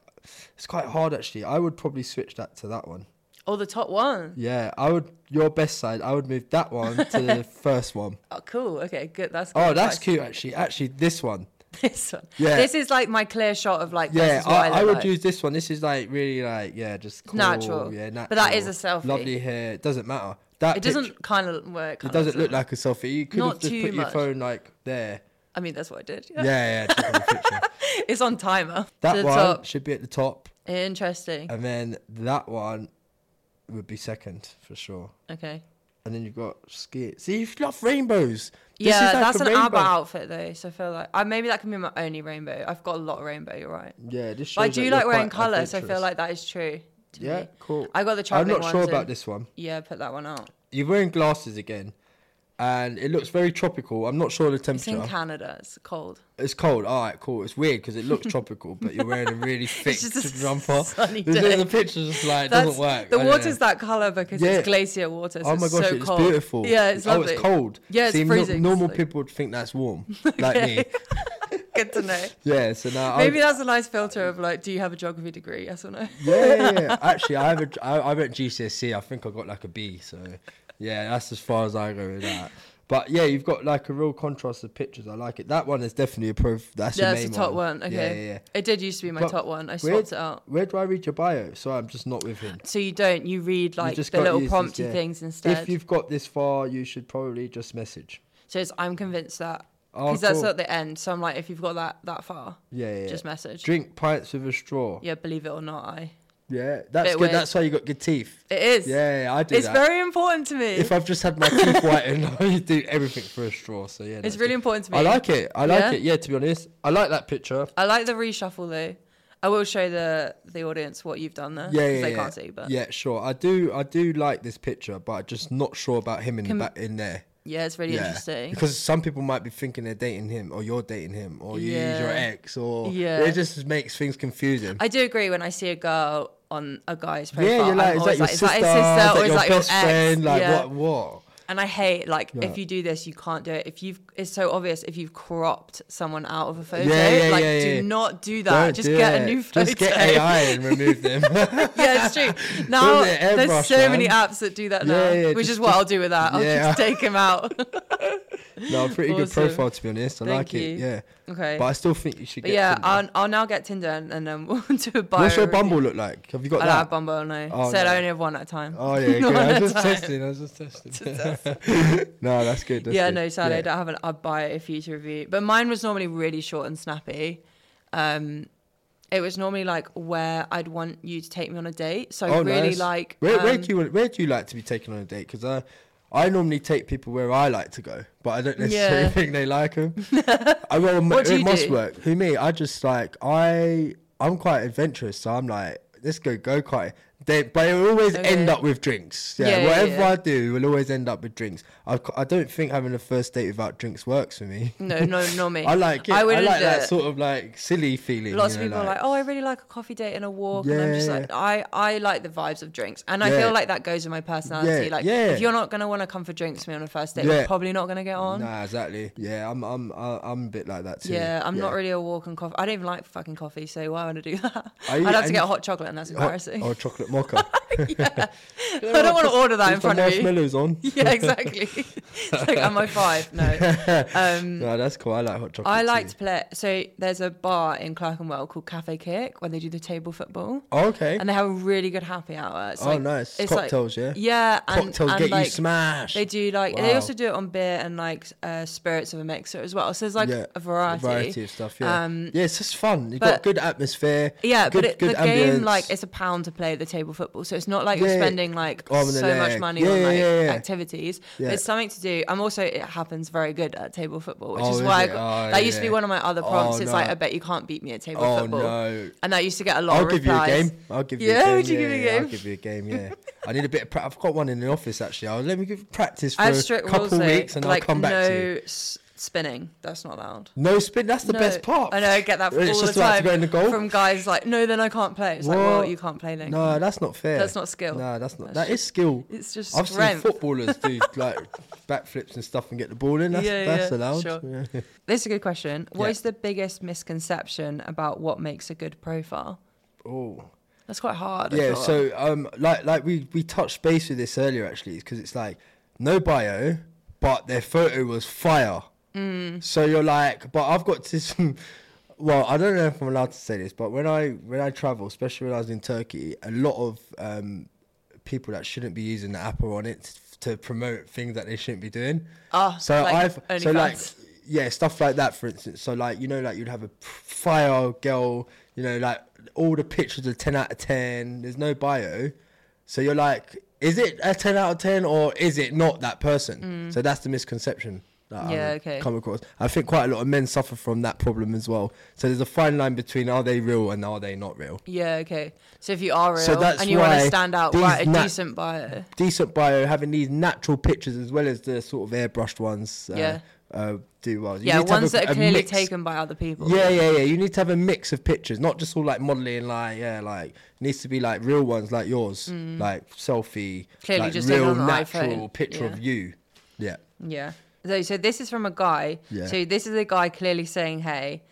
Speaker 3: It's quite hard actually. I would probably switch that to that one.
Speaker 2: Oh, the top one.
Speaker 3: Yeah, I would. Your best side. I would move that one
Speaker 2: (laughs)
Speaker 3: to the first one.
Speaker 2: Oh, cool. Okay, good. That's good
Speaker 3: Oh, that's
Speaker 2: advice.
Speaker 3: cute. Actually, actually, this one.
Speaker 2: (laughs) This one.
Speaker 3: Yeah.
Speaker 2: This is like my clear shot of like. this
Speaker 3: Yeah,
Speaker 2: is what
Speaker 3: I,
Speaker 2: I,
Speaker 3: I, would
Speaker 2: like.
Speaker 3: use this one. This is like really like yeah, just cool,
Speaker 2: natural.
Speaker 3: Yeah, natural.
Speaker 2: But that is a selfie.
Speaker 3: Lovely hair. It doesn't matter. That
Speaker 2: It doesn't
Speaker 3: picture-
Speaker 2: kind of work.
Speaker 3: it doesn't look like a selfie. You could
Speaker 2: Not
Speaker 3: have just
Speaker 2: too
Speaker 3: put your
Speaker 2: much.
Speaker 3: phone like
Speaker 2: (laughs)
Speaker 3: there.
Speaker 2: I mean, that's what I did.
Speaker 3: Yeah, yeah. check on the picture.
Speaker 2: (laughs) it's on timer. to
Speaker 3: That
Speaker 2: the
Speaker 3: one Uh,
Speaker 2: top.
Speaker 3: should be at the top,
Speaker 2: Interesting.
Speaker 3: and then that one would be second for sure.
Speaker 2: Okay.
Speaker 3: And then you've got ski. See, you love rainbows. This
Speaker 2: yeah,
Speaker 3: is like
Speaker 2: that's
Speaker 3: a
Speaker 2: an
Speaker 3: rainbow.
Speaker 2: ABBA outfit though, so I feel like I, maybe that can be my only rainbow. I've got a lot of rainbow. You're right.
Speaker 3: Yeah, this.
Speaker 2: But I
Speaker 3: shows that
Speaker 2: do
Speaker 3: you're
Speaker 2: like wearing
Speaker 3: quite
Speaker 2: colour, so I feel
Speaker 3: adventurous.
Speaker 2: like that is true. To
Speaker 3: Yeah,
Speaker 2: me.
Speaker 3: cool.
Speaker 2: I got the
Speaker 3: I'm
Speaker 2: traveling
Speaker 3: not sure
Speaker 2: ones
Speaker 3: about
Speaker 2: in.
Speaker 3: this one.
Speaker 2: Yeah, put that one out.
Speaker 3: You're wearing glasses again, and it looks very tropical. I'm not sure the
Speaker 2: It's
Speaker 3: temperature.
Speaker 2: in
Speaker 3: It's,
Speaker 2: Canada. It's cold.
Speaker 3: cold. All right, cool. It's weird because it
Speaker 2: (laughs)
Speaker 3: looks tropical, but you're wearing a really thick
Speaker 2: just a
Speaker 3: jumper.
Speaker 2: (laughs) sunny
Speaker 3: (laughs) the,
Speaker 2: day.
Speaker 3: the picture's just like doesn't work.
Speaker 2: The
Speaker 3: I don't know.
Speaker 2: water's that colour because
Speaker 3: Yeah.
Speaker 2: it's glacier water. So
Speaker 3: Oh my
Speaker 2: it's
Speaker 3: gosh,
Speaker 2: so
Speaker 3: it's
Speaker 2: cold.
Speaker 3: beautiful.
Speaker 2: Yeah, it's
Speaker 3: oh,
Speaker 2: lovely.
Speaker 3: it's cold.
Speaker 2: Yeah, it's
Speaker 3: See, no-
Speaker 2: freezing.
Speaker 3: normal
Speaker 2: It's like-
Speaker 3: people would think that's
Speaker 2: (laughs)
Speaker 3: warm, like me.
Speaker 2: Good to know.
Speaker 3: Yeah, so now
Speaker 2: Maybe
Speaker 3: (laughs) I,
Speaker 2: that's a nice filter of like, do you have a geography degree? Yes or no?
Speaker 3: yeah, yeah, yeah. Actually, I have a, I, I went GCSE. E. I think I got like a B. So yeah, that's as far as I go with that. But yeah, you've got like a real contrast of pictures. I like it. That one is definitely a pro. That's
Speaker 2: Yeah,
Speaker 3: the
Speaker 2: that's
Speaker 3: main
Speaker 2: the top one.
Speaker 3: Yeah,
Speaker 2: Okay.
Speaker 3: Yeah, yeah.
Speaker 2: It did used to be my
Speaker 3: But
Speaker 2: top one. I
Speaker 3: where-
Speaker 2: swapped it out.
Speaker 3: Where do I read your bio? So I'm just not with him.
Speaker 2: So you don't. You read like
Speaker 3: just
Speaker 2: the
Speaker 3: got
Speaker 2: little
Speaker 3: used to-
Speaker 2: prompty
Speaker 3: yeah.
Speaker 2: things instead.
Speaker 3: If you've got this far, you should probably just message.
Speaker 2: So it's I'm convinced that
Speaker 3: Oh,
Speaker 2: because that's
Speaker 3: cool.
Speaker 2: at the end. So I'm like, if you've got that that far,
Speaker 3: yeah, yeah.
Speaker 2: just message.
Speaker 3: Drink pints with a straw. Yeah,
Speaker 2: Yeah, believe it or not, I.
Speaker 3: that's
Speaker 2: Bit
Speaker 3: good.
Speaker 2: weird.
Speaker 3: That's why you got good teeth.
Speaker 2: It is.
Speaker 3: Yeah, I do
Speaker 2: It's
Speaker 3: that.
Speaker 2: very important to me.
Speaker 3: if I've just had my teeth whitened, (laughs) I do everything for a straw. So yeah,
Speaker 2: it's
Speaker 3: that's
Speaker 2: really
Speaker 3: good.
Speaker 2: important to me.
Speaker 3: I like it. I like
Speaker 2: Yeah?
Speaker 3: it. Yeah, to be honest, I like that picture.
Speaker 2: I like the reshuffle though. I will show the the audience what you've done there.
Speaker 3: Yeah,
Speaker 2: 'cause
Speaker 3: yeah,
Speaker 2: They
Speaker 3: yeah.
Speaker 2: can't see, but yeah,
Speaker 3: yeah, sure. I do. I do like this picture, but I'm just not sure about him in the
Speaker 2: Can-
Speaker 3: back in there.
Speaker 2: it's really
Speaker 3: yeah,
Speaker 2: interesting.
Speaker 3: because some people might be thinking they're dating him, or you're dating him, or you use your
Speaker 2: Yeah.
Speaker 3: ex, or
Speaker 2: Yeah.
Speaker 3: it just makes things confusing.
Speaker 2: I do agree when I see a girl on a guy's profile.
Speaker 3: yeah, you're like,
Speaker 2: I'm
Speaker 3: is that
Speaker 2: always
Speaker 3: your
Speaker 2: like,
Speaker 3: sister?
Speaker 2: is that his sister or is
Speaker 3: your
Speaker 2: that your
Speaker 3: best
Speaker 2: ex?
Speaker 3: friend? Like
Speaker 2: yeah.
Speaker 3: what? What?
Speaker 2: And I hate like
Speaker 3: Yeah.
Speaker 2: if you do this, you can't do it. If you've, it's so obvious. If you've cropped someone out of a photo,
Speaker 3: yeah,
Speaker 2: like
Speaker 3: yeah,
Speaker 2: do
Speaker 3: yeah.
Speaker 2: not do that.
Speaker 3: Don't
Speaker 2: just
Speaker 3: do
Speaker 2: get
Speaker 3: it.
Speaker 2: a new photo.
Speaker 3: (laughs) Just get AI and remove them.
Speaker 2: (laughs)
Speaker 3: (laughs)
Speaker 2: yeah, it's true. Now
Speaker 3: Don't do it,
Speaker 2: there's
Speaker 3: airbrush,
Speaker 2: so many
Speaker 3: man.
Speaker 2: apps that do that
Speaker 3: Yeah,
Speaker 2: now,
Speaker 3: yeah,
Speaker 2: which is
Speaker 3: just-
Speaker 2: what
Speaker 3: just-
Speaker 2: I'll do with that. I'll
Speaker 3: yeah.
Speaker 2: just take him out.
Speaker 3: (laughs) no, pretty good
Speaker 2: Awesome.
Speaker 3: profile to be honest. I
Speaker 2: Thank
Speaker 3: like
Speaker 2: you.
Speaker 3: it. Yeah,
Speaker 2: okay.
Speaker 3: but I still think you should
Speaker 2: But
Speaker 3: get.
Speaker 2: yeah,
Speaker 3: Tinder.
Speaker 2: I'll, I'll now get Tinder and, and um, (laughs) we'll do a bio.
Speaker 3: What's your
Speaker 2: review.
Speaker 3: Bumble look like? Have you got
Speaker 2: I don't
Speaker 3: that?
Speaker 2: have Bumble, no.
Speaker 3: Oh,
Speaker 2: so
Speaker 3: no.
Speaker 2: I only have one at a time.
Speaker 3: Oh
Speaker 2: (laughs)
Speaker 3: yeah, good. I
Speaker 2: Not
Speaker 3: was
Speaker 2: a
Speaker 3: just
Speaker 2: time.
Speaker 3: testing. I was just testing. no, that's good.
Speaker 2: (laughs)
Speaker 3: That's
Speaker 2: yeah,
Speaker 3: good. (laughs)
Speaker 2: no, sadly, I
Speaker 3: Yeah.
Speaker 2: don't have an a bio for you to review. But mine was normally really short and snappy. Um, it was normally like where I'd want you to take me on a date. So I
Speaker 3: Oh,
Speaker 2: really
Speaker 3: nice.
Speaker 2: like.
Speaker 3: Where, where
Speaker 2: um,
Speaker 3: do you want- where do you like to be taken on a date? Because I I normally take people where I like to go, but I don't necessarily (laughs)
Speaker 2: Yeah.
Speaker 3: think they like them. I well,
Speaker 2: (laughs) What do
Speaker 3: it
Speaker 2: you
Speaker 3: must
Speaker 2: do?
Speaker 3: work. Who me? I just like I I'm quite adventurous, so I'm like let's go go kart. They, but it will always
Speaker 2: Okay.
Speaker 3: end up with drinks. Yeah,
Speaker 2: Yeah, yeah,
Speaker 3: whatever
Speaker 2: yeah.
Speaker 3: I do, will always end up with drinks. I, c- I don't think having a first date without drinks works for me.
Speaker 2: No, no, not me.
Speaker 3: (laughs) I like it.
Speaker 2: (laughs)
Speaker 3: I,
Speaker 2: I wouldn't
Speaker 3: like
Speaker 2: do
Speaker 3: that
Speaker 2: it.
Speaker 3: sort of like silly feeling.
Speaker 2: Lots
Speaker 3: you
Speaker 2: of
Speaker 3: know,
Speaker 2: people are like, oh, I really like a coffee date and a walk. and I'm just
Speaker 3: Yeah.
Speaker 2: like, I, I like the vibes of drinks. And I
Speaker 3: Yeah.
Speaker 2: feel like that goes with my personality.
Speaker 3: Yeah,
Speaker 2: Like,
Speaker 3: yeah.
Speaker 2: if you're not going to want to come for drinks with me on a first date,
Speaker 3: Yeah.
Speaker 2: we're probably not going to get on.
Speaker 3: Nah, exactly. Yeah, I'm I'm I- I'm a bit like that too.
Speaker 2: Yeah, I'm not really a walk and coffee. I don't even like fucking coffee, so why would I do that?
Speaker 3: Are you-
Speaker 2: I'd have to
Speaker 3: and-
Speaker 2: get hot chocolate, and that's
Speaker 3: Hot-
Speaker 2: embarrassing.
Speaker 3: Or chocolate
Speaker 2: (laughs)
Speaker 3: mocha.
Speaker 2: I don't want to order that in
Speaker 3: With the
Speaker 2: front of you.
Speaker 3: marshmallows on.
Speaker 2: (laughs) Yeah, exactly. (laughs) It's like, am I five?
Speaker 3: (laughs)
Speaker 2: No. Um,
Speaker 3: No, that's cool. I like hot chocolate.
Speaker 2: I
Speaker 3: too.
Speaker 2: like to play. So there's a bar in Clerkenwell called Cafe Kick where they do the table football,
Speaker 3: Oh, okay.
Speaker 2: (laughs) and they have a really good happy hour. It's
Speaker 3: Oh,
Speaker 2: like,
Speaker 3: nice.
Speaker 2: It's
Speaker 3: Cocktails, yeah?
Speaker 2: like, yeah. And,
Speaker 3: Cocktails
Speaker 2: and
Speaker 3: get
Speaker 2: like,
Speaker 3: you smashed.
Speaker 2: They do like
Speaker 3: Wow.
Speaker 2: they also do it on beer and like uh, spirits of a mixer as well. So there's like a variety.
Speaker 3: variety of stuff. Yeah,
Speaker 2: Um,
Speaker 3: yeah, it's just fun. You've got
Speaker 2: but-
Speaker 3: good atmosphere.
Speaker 2: Yeah,
Speaker 3: good,
Speaker 2: but it,
Speaker 3: good
Speaker 2: the game
Speaker 3: ambience.
Speaker 2: like it's a pound to play the table football, so it's not like
Speaker 3: Yeah, Oh,
Speaker 2: you're spending like
Speaker 3: arm and a
Speaker 2: so
Speaker 3: leg.
Speaker 2: much money
Speaker 3: Yeah,
Speaker 2: on
Speaker 3: yeah,
Speaker 2: like
Speaker 3: yeah, yeah.
Speaker 2: activities.
Speaker 3: Yeah.
Speaker 2: But it's something to do. I'm also it happens very good at table football, which
Speaker 3: Oh,
Speaker 2: is
Speaker 3: is
Speaker 2: why I
Speaker 3: it?
Speaker 2: got,
Speaker 3: Oh,
Speaker 2: that used to be
Speaker 3: yeah.
Speaker 2: one of my other prompts.
Speaker 3: Oh,
Speaker 2: it's like
Speaker 3: no.
Speaker 2: I bet you can't beat me at table
Speaker 3: Oh,
Speaker 2: football,
Speaker 3: no.
Speaker 2: and that used to get a lot
Speaker 3: I'll
Speaker 2: of
Speaker 3: give you a
Speaker 2: replies.
Speaker 3: game. I'll give you
Speaker 2: Yeah,
Speaker 3: a game.
Speaker 2: would you give me a
Speaker 3: yeah, I'll
Speaker 2: game?
Speaker 3: give you a game.
Speaker 2: (laughs)
Speaker 3: Yeah, I need a bit of. Pra- I've got one in the office actually. I'll let me give practice for
Speaker 2: I have
Speaker 3: a
Speaker 2: strict
Speaker 3: couple
Speaker 2: rules though,
Speaker 3: weeks, and
Speaker 2: like
Speaker 3: I'll come back
Speaker 2: no
Speaker 3: to you.
Speaker 2: s- spinning. That's not allowed.
Speaker 3: No spin. That's the
Speaker 2: No.
Speaker 3: best part.
Speaker 2: I know. I get that all
Speaker 3: It's
Speaker 2: the
Speaker 3: just
Speaker 2: time
Speaker 3: like to go in the goal.
Speaker 2: from guys like, no, then I can't play. It's like,
Speaker 3: What?
Speaker 2: well, you can't play. Link.
Speaker 3: No, that's not fair.
Speaker 2: That's not skill.
Speaker 3: No, that's not.
Speaker 2: That's
Speaker 3: That's skill.
Speaker 2: it's just
Speaker 3: I've
Speaker 2: strength.
Speaker 3: seen footballers do
Speaker 2: (laughs)
Speaker 3: like backflips and stuff and get the ball in. That's,
Speaker 2: Yeah,
Speaker 3: that's
Speaker 2: yeah,
Speaker 3: allowed.
Speaker 2: sure.
Speaker 3: Yeah.
Speaker 2: This is a good question. What
Speaker 3: Yeah.
Speaker 2: is the biggest misconception about what makes a good profile?
Speaker 3: Oh.
Speaker 2: That's quite hard. I
Speaker 3: Yeah.
Speaker 2: thought.
Speaker 3: So um, like like we we touched base with this earlier actually because it's like no bio, but their photo was fire.
Speaker 2: Mm.
Speaker 3: So you're like, but I've got this. (laughs) Well, I don't know if I'm allowed to say this, but when I when I travel, especially when I was in Turkey, a lot of um, people that shouldn't be using the app are on it to promote things that they shouldn't be doing.
Speaker 2: Ah,
Speaker 3: so
Speaker 2: like
Speaker 3: I've so like
Speaker 2: OnlyFans.
Speaker 3: yeah, stuff like that. For instance, so like you know, like you'd have a fire girl, you know, like all the pictures are ten out of ten. There's no bio, So you're like, is it a 10 out of 10 or is it not that person? So that's the misconception that
Speaker 2: Mm. Yeah,
Speaker 3: I've
Speaker 2: okay.
Speaker 3: come across. I think quite a lot of men suffer from that problem as well. So there's a fine line between are they real and are they not real?
Speaker 2: Yeah, okay. So if you are real
Speaker 3: So that's
Speaker 2: and you want
Speaker 3: why
Speaker 2: to stand out,
Speaker 3: these
Speaker 2: write a
Speaker 3: nat-
Speaker 2: decent bio.
Speaker 3: Decent bio, having these natural pictures as well as the sort of airbrushed ones uh,
Speaker 2: Yeah.
Speaker 3: uh, do well. You
Speaker 2: Yeah,
Speaker 3: need to have
Speaker 2: ones
Speaker 3: a-
Speaker 2: that are
Speaker 3: a
Speaker 2: clearly
Speaker 3: mix.
Speaker 2: taken by other people.
Speaker 3: Yeah, yeah, yeah. You need to have a mix of pictures, not just all like modelling, like yeah, like it needs to be like real ones, like yours, like selfie,
Speaker 2: Mm. Clearly
Speaker 3: like
Speaker 2: just taken
Speaker 3: real
Speaker 2: on an
Speaker 3: natural
Speaker 2: iPhone.
Speaker 3: picture of
Speaker 2: Yeah.
Speaker 3: you. Yeah,
Speaker 2: Yeah. So, so this is from a guy.
Speaker 3: Yeah.
Speaker 2: So this is a guy clearly saying, hey,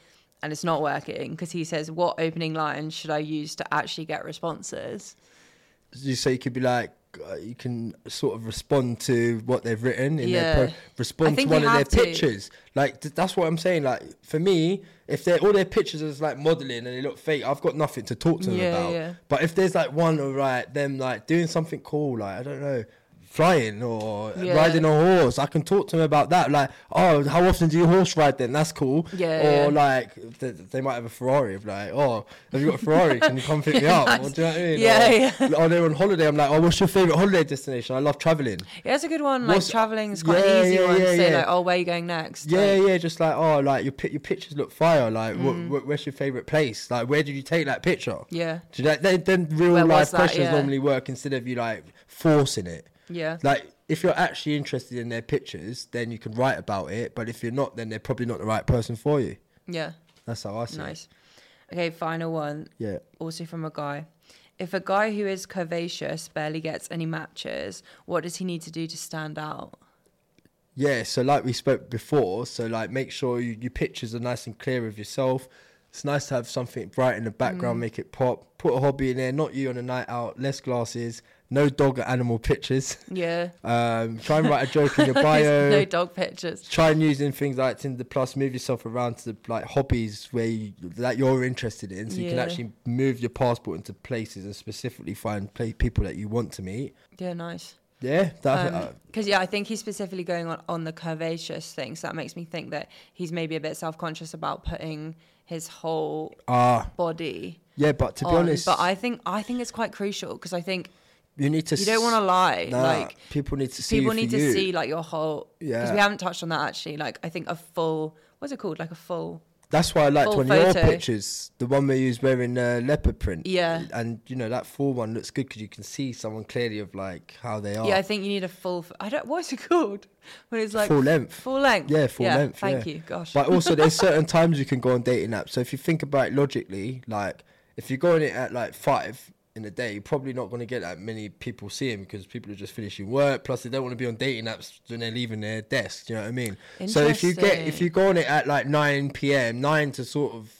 Speaker 2: and it's not working because he says, what opening line should I use to actually get responses?
Speaker 3: you so you could be like. Uh, you can sort of respond to what they've written in their
Speaker 2: Yeah.
Speaker 3: pro- respond to
Speaker 2: think
Speaker 3: one
Speaker 2: you
Speaker 3: of their
Speaker 2: have to.
Speaker 3: pictures. Like th- that's what I'm saying. Like for me, if they're all their pictures is like modelling and they look fake, I've got nothing to talk to them
Speaker 2: Yeah,
Speaker 3: about.
Speaker 2: yeah.
Speaker 3: But if there's like one of like them like doing something cool, like I don't know, flying or
Speaker 2: Yeah.
Speaker 3: riding a horse, I can talk to them about that. Like, oh, how often do you horse ride? Then that's cool.
Speaker 2: Yeah, yeah.
Speaker 3: Or like th- they might have a Ferrari. Of like, oh, have you got a Ferrari? can you come pick me up? Or, do you know what I mean?
Speaker 2: Yeah,
Speaker 3: or, yeah. Or they're on holiday. I'm like, oh, what's your favorite holiday destination? I love traveling.
Speaker 2: Yeah, that's a good one. Like
Speaker 3: What's-
Speaker 2: traveling is quite
Speaker 3: Yeah,
Speaker 2: an easy
Speaker 3: yeah,
Speaker 2: one
Speaker 3: yeah,
Speaker 2: to say,
Speaker 3: yeah.
Speaker 2: like, oh, where are you going next?
Speaker 3: Yeah,
Speaker 2: Like, Mm.
Speaker 3: yeah, just like oh, like your pi- your pictures look fire. Like, wh- wh- where's your favorite place? Like, where did you take that picture?
Speaker 2: Yeah.
Speaker 3: Do you know, then, then real
Speaker 2: Where
Speaker 3: life
Speaker 2: was that?
Speaker 3: questions
Speaker 2: Yeah.
Speaker 3: normally work instead of you like forcing it.
Speaker 2: Yeah.
Speaker 3: Like if you're actually interested in their pictures, then you can write about it. But if you're not, then they're probably not the right person for you.
Speaker 2: Yeah.
Speaker 3: That's how I see
Speaker 2: Nice. Okay, final one.
Speaker 3: it. Yeah.
Speaker 2: also from a guy. If a guy who is curvaceous barely gets any matches, what does he need to do to stand out?
Speaker 3: Yeah, so like we spoke before, so like make sure you, your pictures are nice and clear of yourself. It's nice to have something bright in the background,
Speaker 2: Mm.
Speaker 3: make it pop. Put a hobby in there, not you on a night out, less glasses, no dog or animal pictures. (laughs)
Speaker 2: Yeah.
Speaker 3: Um, try and write a joke
Speaker 2: (laughs)
Speaker 3: in your bio.
Speaker 2: no dog pictures.
Speaker 3: try and using things like Tinder Plus, move yourself around to like hobbies where you, that you're interested in, so you can
Speaker 2: Yeah.
Speaker 3: actually move your passport into places and specifically find pla people that you want to meet.
Speaker 2: Yeah, nice.
Speaker 3: Yeah, that, uh,
Speaker 2: Because, Um, yeah, I think he's specifically going on, on the curvaceous thing. So that makes me think that he's maybe a bit self conscious about putting his whole
Speaker 3: ah,
Speaker 2: body
Speaker 3: yeah. But to be
Speaker 2: on.
Speaker 3: honest,
Speaker 2: oh, but I think, I think it's quite crucial because I think
Speaker 3: you need to.
Speaker 2: you don't want to
Speaker 3: s-
Speaker 2: lie.
Speaker 3: nah,
Speaker 2: like,
Speaker 3: people need to see.
Speaker 2: people
Speaker 3: you
Speaker 2: need
Speaker 3: for
Speaker 2: to
Speaker 3: you.
Speaker 2: see like your whole because
Speaker 3: Yeah.
Speaker 2: we haven't touched on that actually like i think a full what's it called like a full
Speaker 3: That's why I liked
Speaker 2: full
Speaker 3: one of your
Speaker 2: photo.
Speaker 3: pictures, the one where you was wearing uh, leopard print.
Speaker 2: Yeah.
Speaker 3: and you know that full one looks good because you can see someone clearly of like how they are.
Speaker 2: yeah i think you need a full f- i don't what's it (laughs) called when it's like
Speaker 3: Full length.
Speaker 2: full length
Speaker 3: Yeah, full length.
Speaker 2: thank
Speaker 3: yeah.
Speaker 2: you gosh
Speaker 3: But also,
Speaker 2: (laughs)
Speaker 3: there's certain times you can go on dating apps. So if you think about it logically, like if you go on it at like five in a day, you're probably not going to get that many people seeing because people are just finishing work. Plus, they don't want to be on dating apps when they're leaving their desk. Do you know what I mean? So if you get if
Speaker 2: Interesting.
Speaker 3: you go on it at like nine p.m., nine to sort of.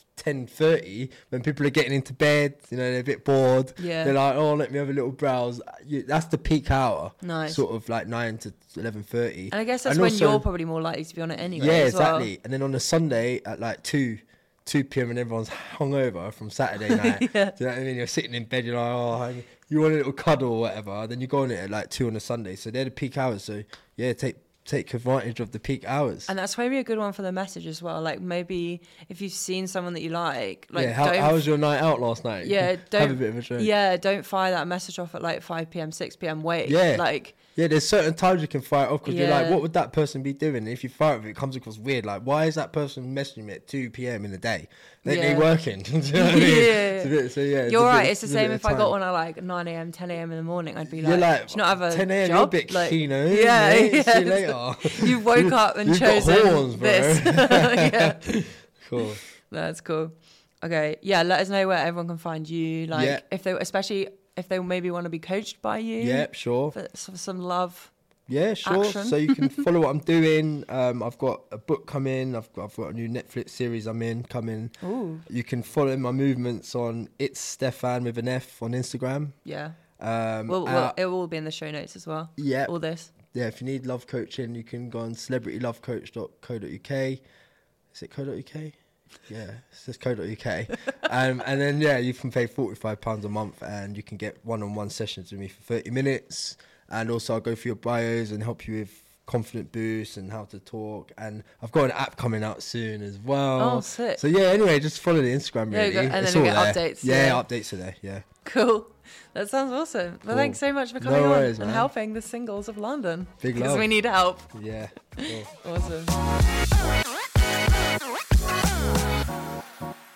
Speaker 3: 10.30 when people are getting into bed you know they're a bit bored
Speaker 2: Yeah.
Speaker 3: they're like oh let me have a little browse You- that's the peak hour
Speaker 2: Nice.
Speaker 3: sort of like 9 to 11.30
Speaker 2: and i guess that's when
Speaker 3: also-
Speaker 2: you're probably more likely to be on it anyway
Speaker 3: yeah,
Speaker 2: as well.
Speaker 3: exactly. And then on a Sunday at like two, two p.m. and everyone's hungover
Speaker 2: (laughs)
Speaker 3: from Saturday night. Do you know what I mean? You're sitting in bed, you're like, oh, hang- you want a little cuddle or whatever. Then you go on it at like two on a Sunday, so they're the peak hours. So yeah, take take advantage of the peak hours.
Speaker 2: and that's maybe a good one for the message as well like maybe if you've seen someone that you like like
Speaker 3: yeah, how,
Speaker 2: don't
Speaker 3: how was your night out last night?
Speaker 2: yeah don't
Speaker 3: (laughs) have a bit of a drink.
Speaker 2: yeah don't fire that message off at like 5 p.m 6 p.m wait
Speaker 3: Yeah.
Speaker 2: like
Speaker 3: Yeah, there's certain times you can fire it off because you're like,
Speaker 2: Yeah.
Speaker 3: what would that person be doing? And if you fire it, off, it comes across weird. Like, why is that person messaging me at 2 p.m. in the day? They,
Speaker 2: Yeah.
Speaker 3: they working. (laughs) Do you know what I mean?
Speaker 2: (laughs) Yeah.
Speaker 3: It's a bit- so, yeah, it's
Speaker 2: You're
Speaker 3: a bit-
Speaker 2: right. It's the
Speaker 3: a bit
Speaker 2: same
Speaker 3: of
Speaker 2: if I
Speaker 3: time.
Speaker 2: got one at like 9 a.m., 10 a.m. in the morning. I'd be
Speaker 3: You're
Speaker 2: like,
Speaker 3: like,
Speaker 2: do you not have a
Speaker 3: 10 a.m., you're a
Speaker 2: job?
Speaker 3: bit
Speaker 2: like,
Speaker 3: keen, eh?
Speaker 2: yeah, (laughs) yeah.
Speaker 3: Mate, see you
Speaker 2: it's like,
Speaker 3: later. (laughs)
Speaker 2: you woke up and
Speaker 3: you've got
Speaker 2: chosen
Speaker 3: horns, bro. (laughs)
Speaker 2: this. (laughs) yeah,
Speaker 3: Cool.
Speaker 2: that's cool. Okay, yeah. Let us know where everyone can find you. Like,
Speaker 3: Yeah.
Speaker 2: if they, especially if they maybe want to be coached by you.
Speaker 3: Yep, sure.
Speaker 2: For, for some love.
Speaker 3: Yeah, sure.
Speaker 2: Action. (laughs)
Speaker 3: So you can follow what I'm doing. Um, I've got a book coming. I've got, I've got a new Netflix series I'm in coming.
Speaker 2: Ooh,
Speaker 3: You can follow my movements on it's Stefan with an F on Instagram.
Speaker 2: yeah.
Speaker 3: Um,
Speaker 2: Well,
Speaker 3: uh,
Speaker 2: well, it will all be in the show notes as well.
Speaker 3: yeah,
Speaker 2: All this. (laughs)
Speaker 3: yeah. If you need love coaching, you can go on celebritylovecoach.co.uk. Is it co.uk? Yeah, it's
Speaker 2: (laughs)
Speaker 3: just co.uk. um, and then yeah, you can pay forty five pounds a month, and you can get one on one sessions with me for thirty minutes. And also, I'll go through your bios and help you with confident boosts and how to talk. And I've got an app coming out soon as well.
Speaker 2: Oh, sick.
Speaker 3: So yeah, anyway, just follow the Instagram
Speaker 2: Yeah,
Speaker 3: really.
Speaker 2: you got- and then
Speaker 3: it's
Speaker 2: you'll
Speaker 3: all
Speaker 2: get
Speaker 3: there.
Speaker 2: updates,
Speaker 3: Yeah,
Speaker 2: yeah.
Speaker 3: updates are there. Yeah.
Speaker 2: Cool. That sounds awesome. Well,
Speaker 3: Cool.
Speaker 2: thanks so much for
Speaker 3: No
Speaker 2: coming
Speaker 3: worries,
Speaker 2: on and
Speaker 3: man.
Speaker 2: helping the singles of London.
Speaker 3: Big
Speaker 2: Because
Speaker 3: love.
Speaker 2: we need help.
Speaker 3: Yeah. cool.
Speaker 2: Awesome.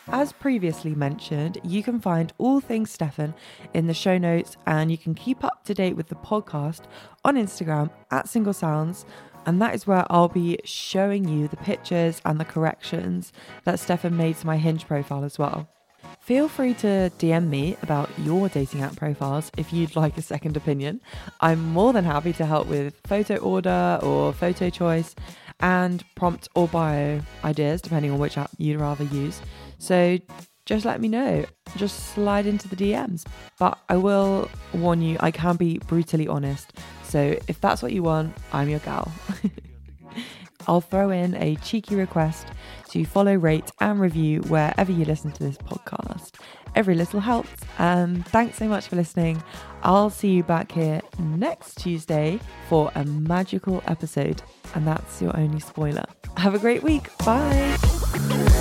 Speaker 1: As previously mentioned, you can find all things Stefan in the show notes and you can keep up to date with the podcast on Instagram at Single Sounds. And that is where I'll be showing you the pictures and the corrections that Stefan made to my Hinge profile as well. Feel free to DM me about your dating app profiles if you'd like a second opinion. I'm more than happy to help with photo order or photo choice and prompt or bio ideas, depending on which app you'd rather use. So just let me know. Just slide into the DMs. But I will warn you, I can be brutally honest. So if that's what you want, I'm your gal. (laughs) I'll throw in a cheeky request to follow, rate, and review wherever you listen to this podcast. Every little helps. And thanks so much for listening. I'll see you back here next Tuesday for a magical episode. And that's your only spoiler. Have a great week. Bye.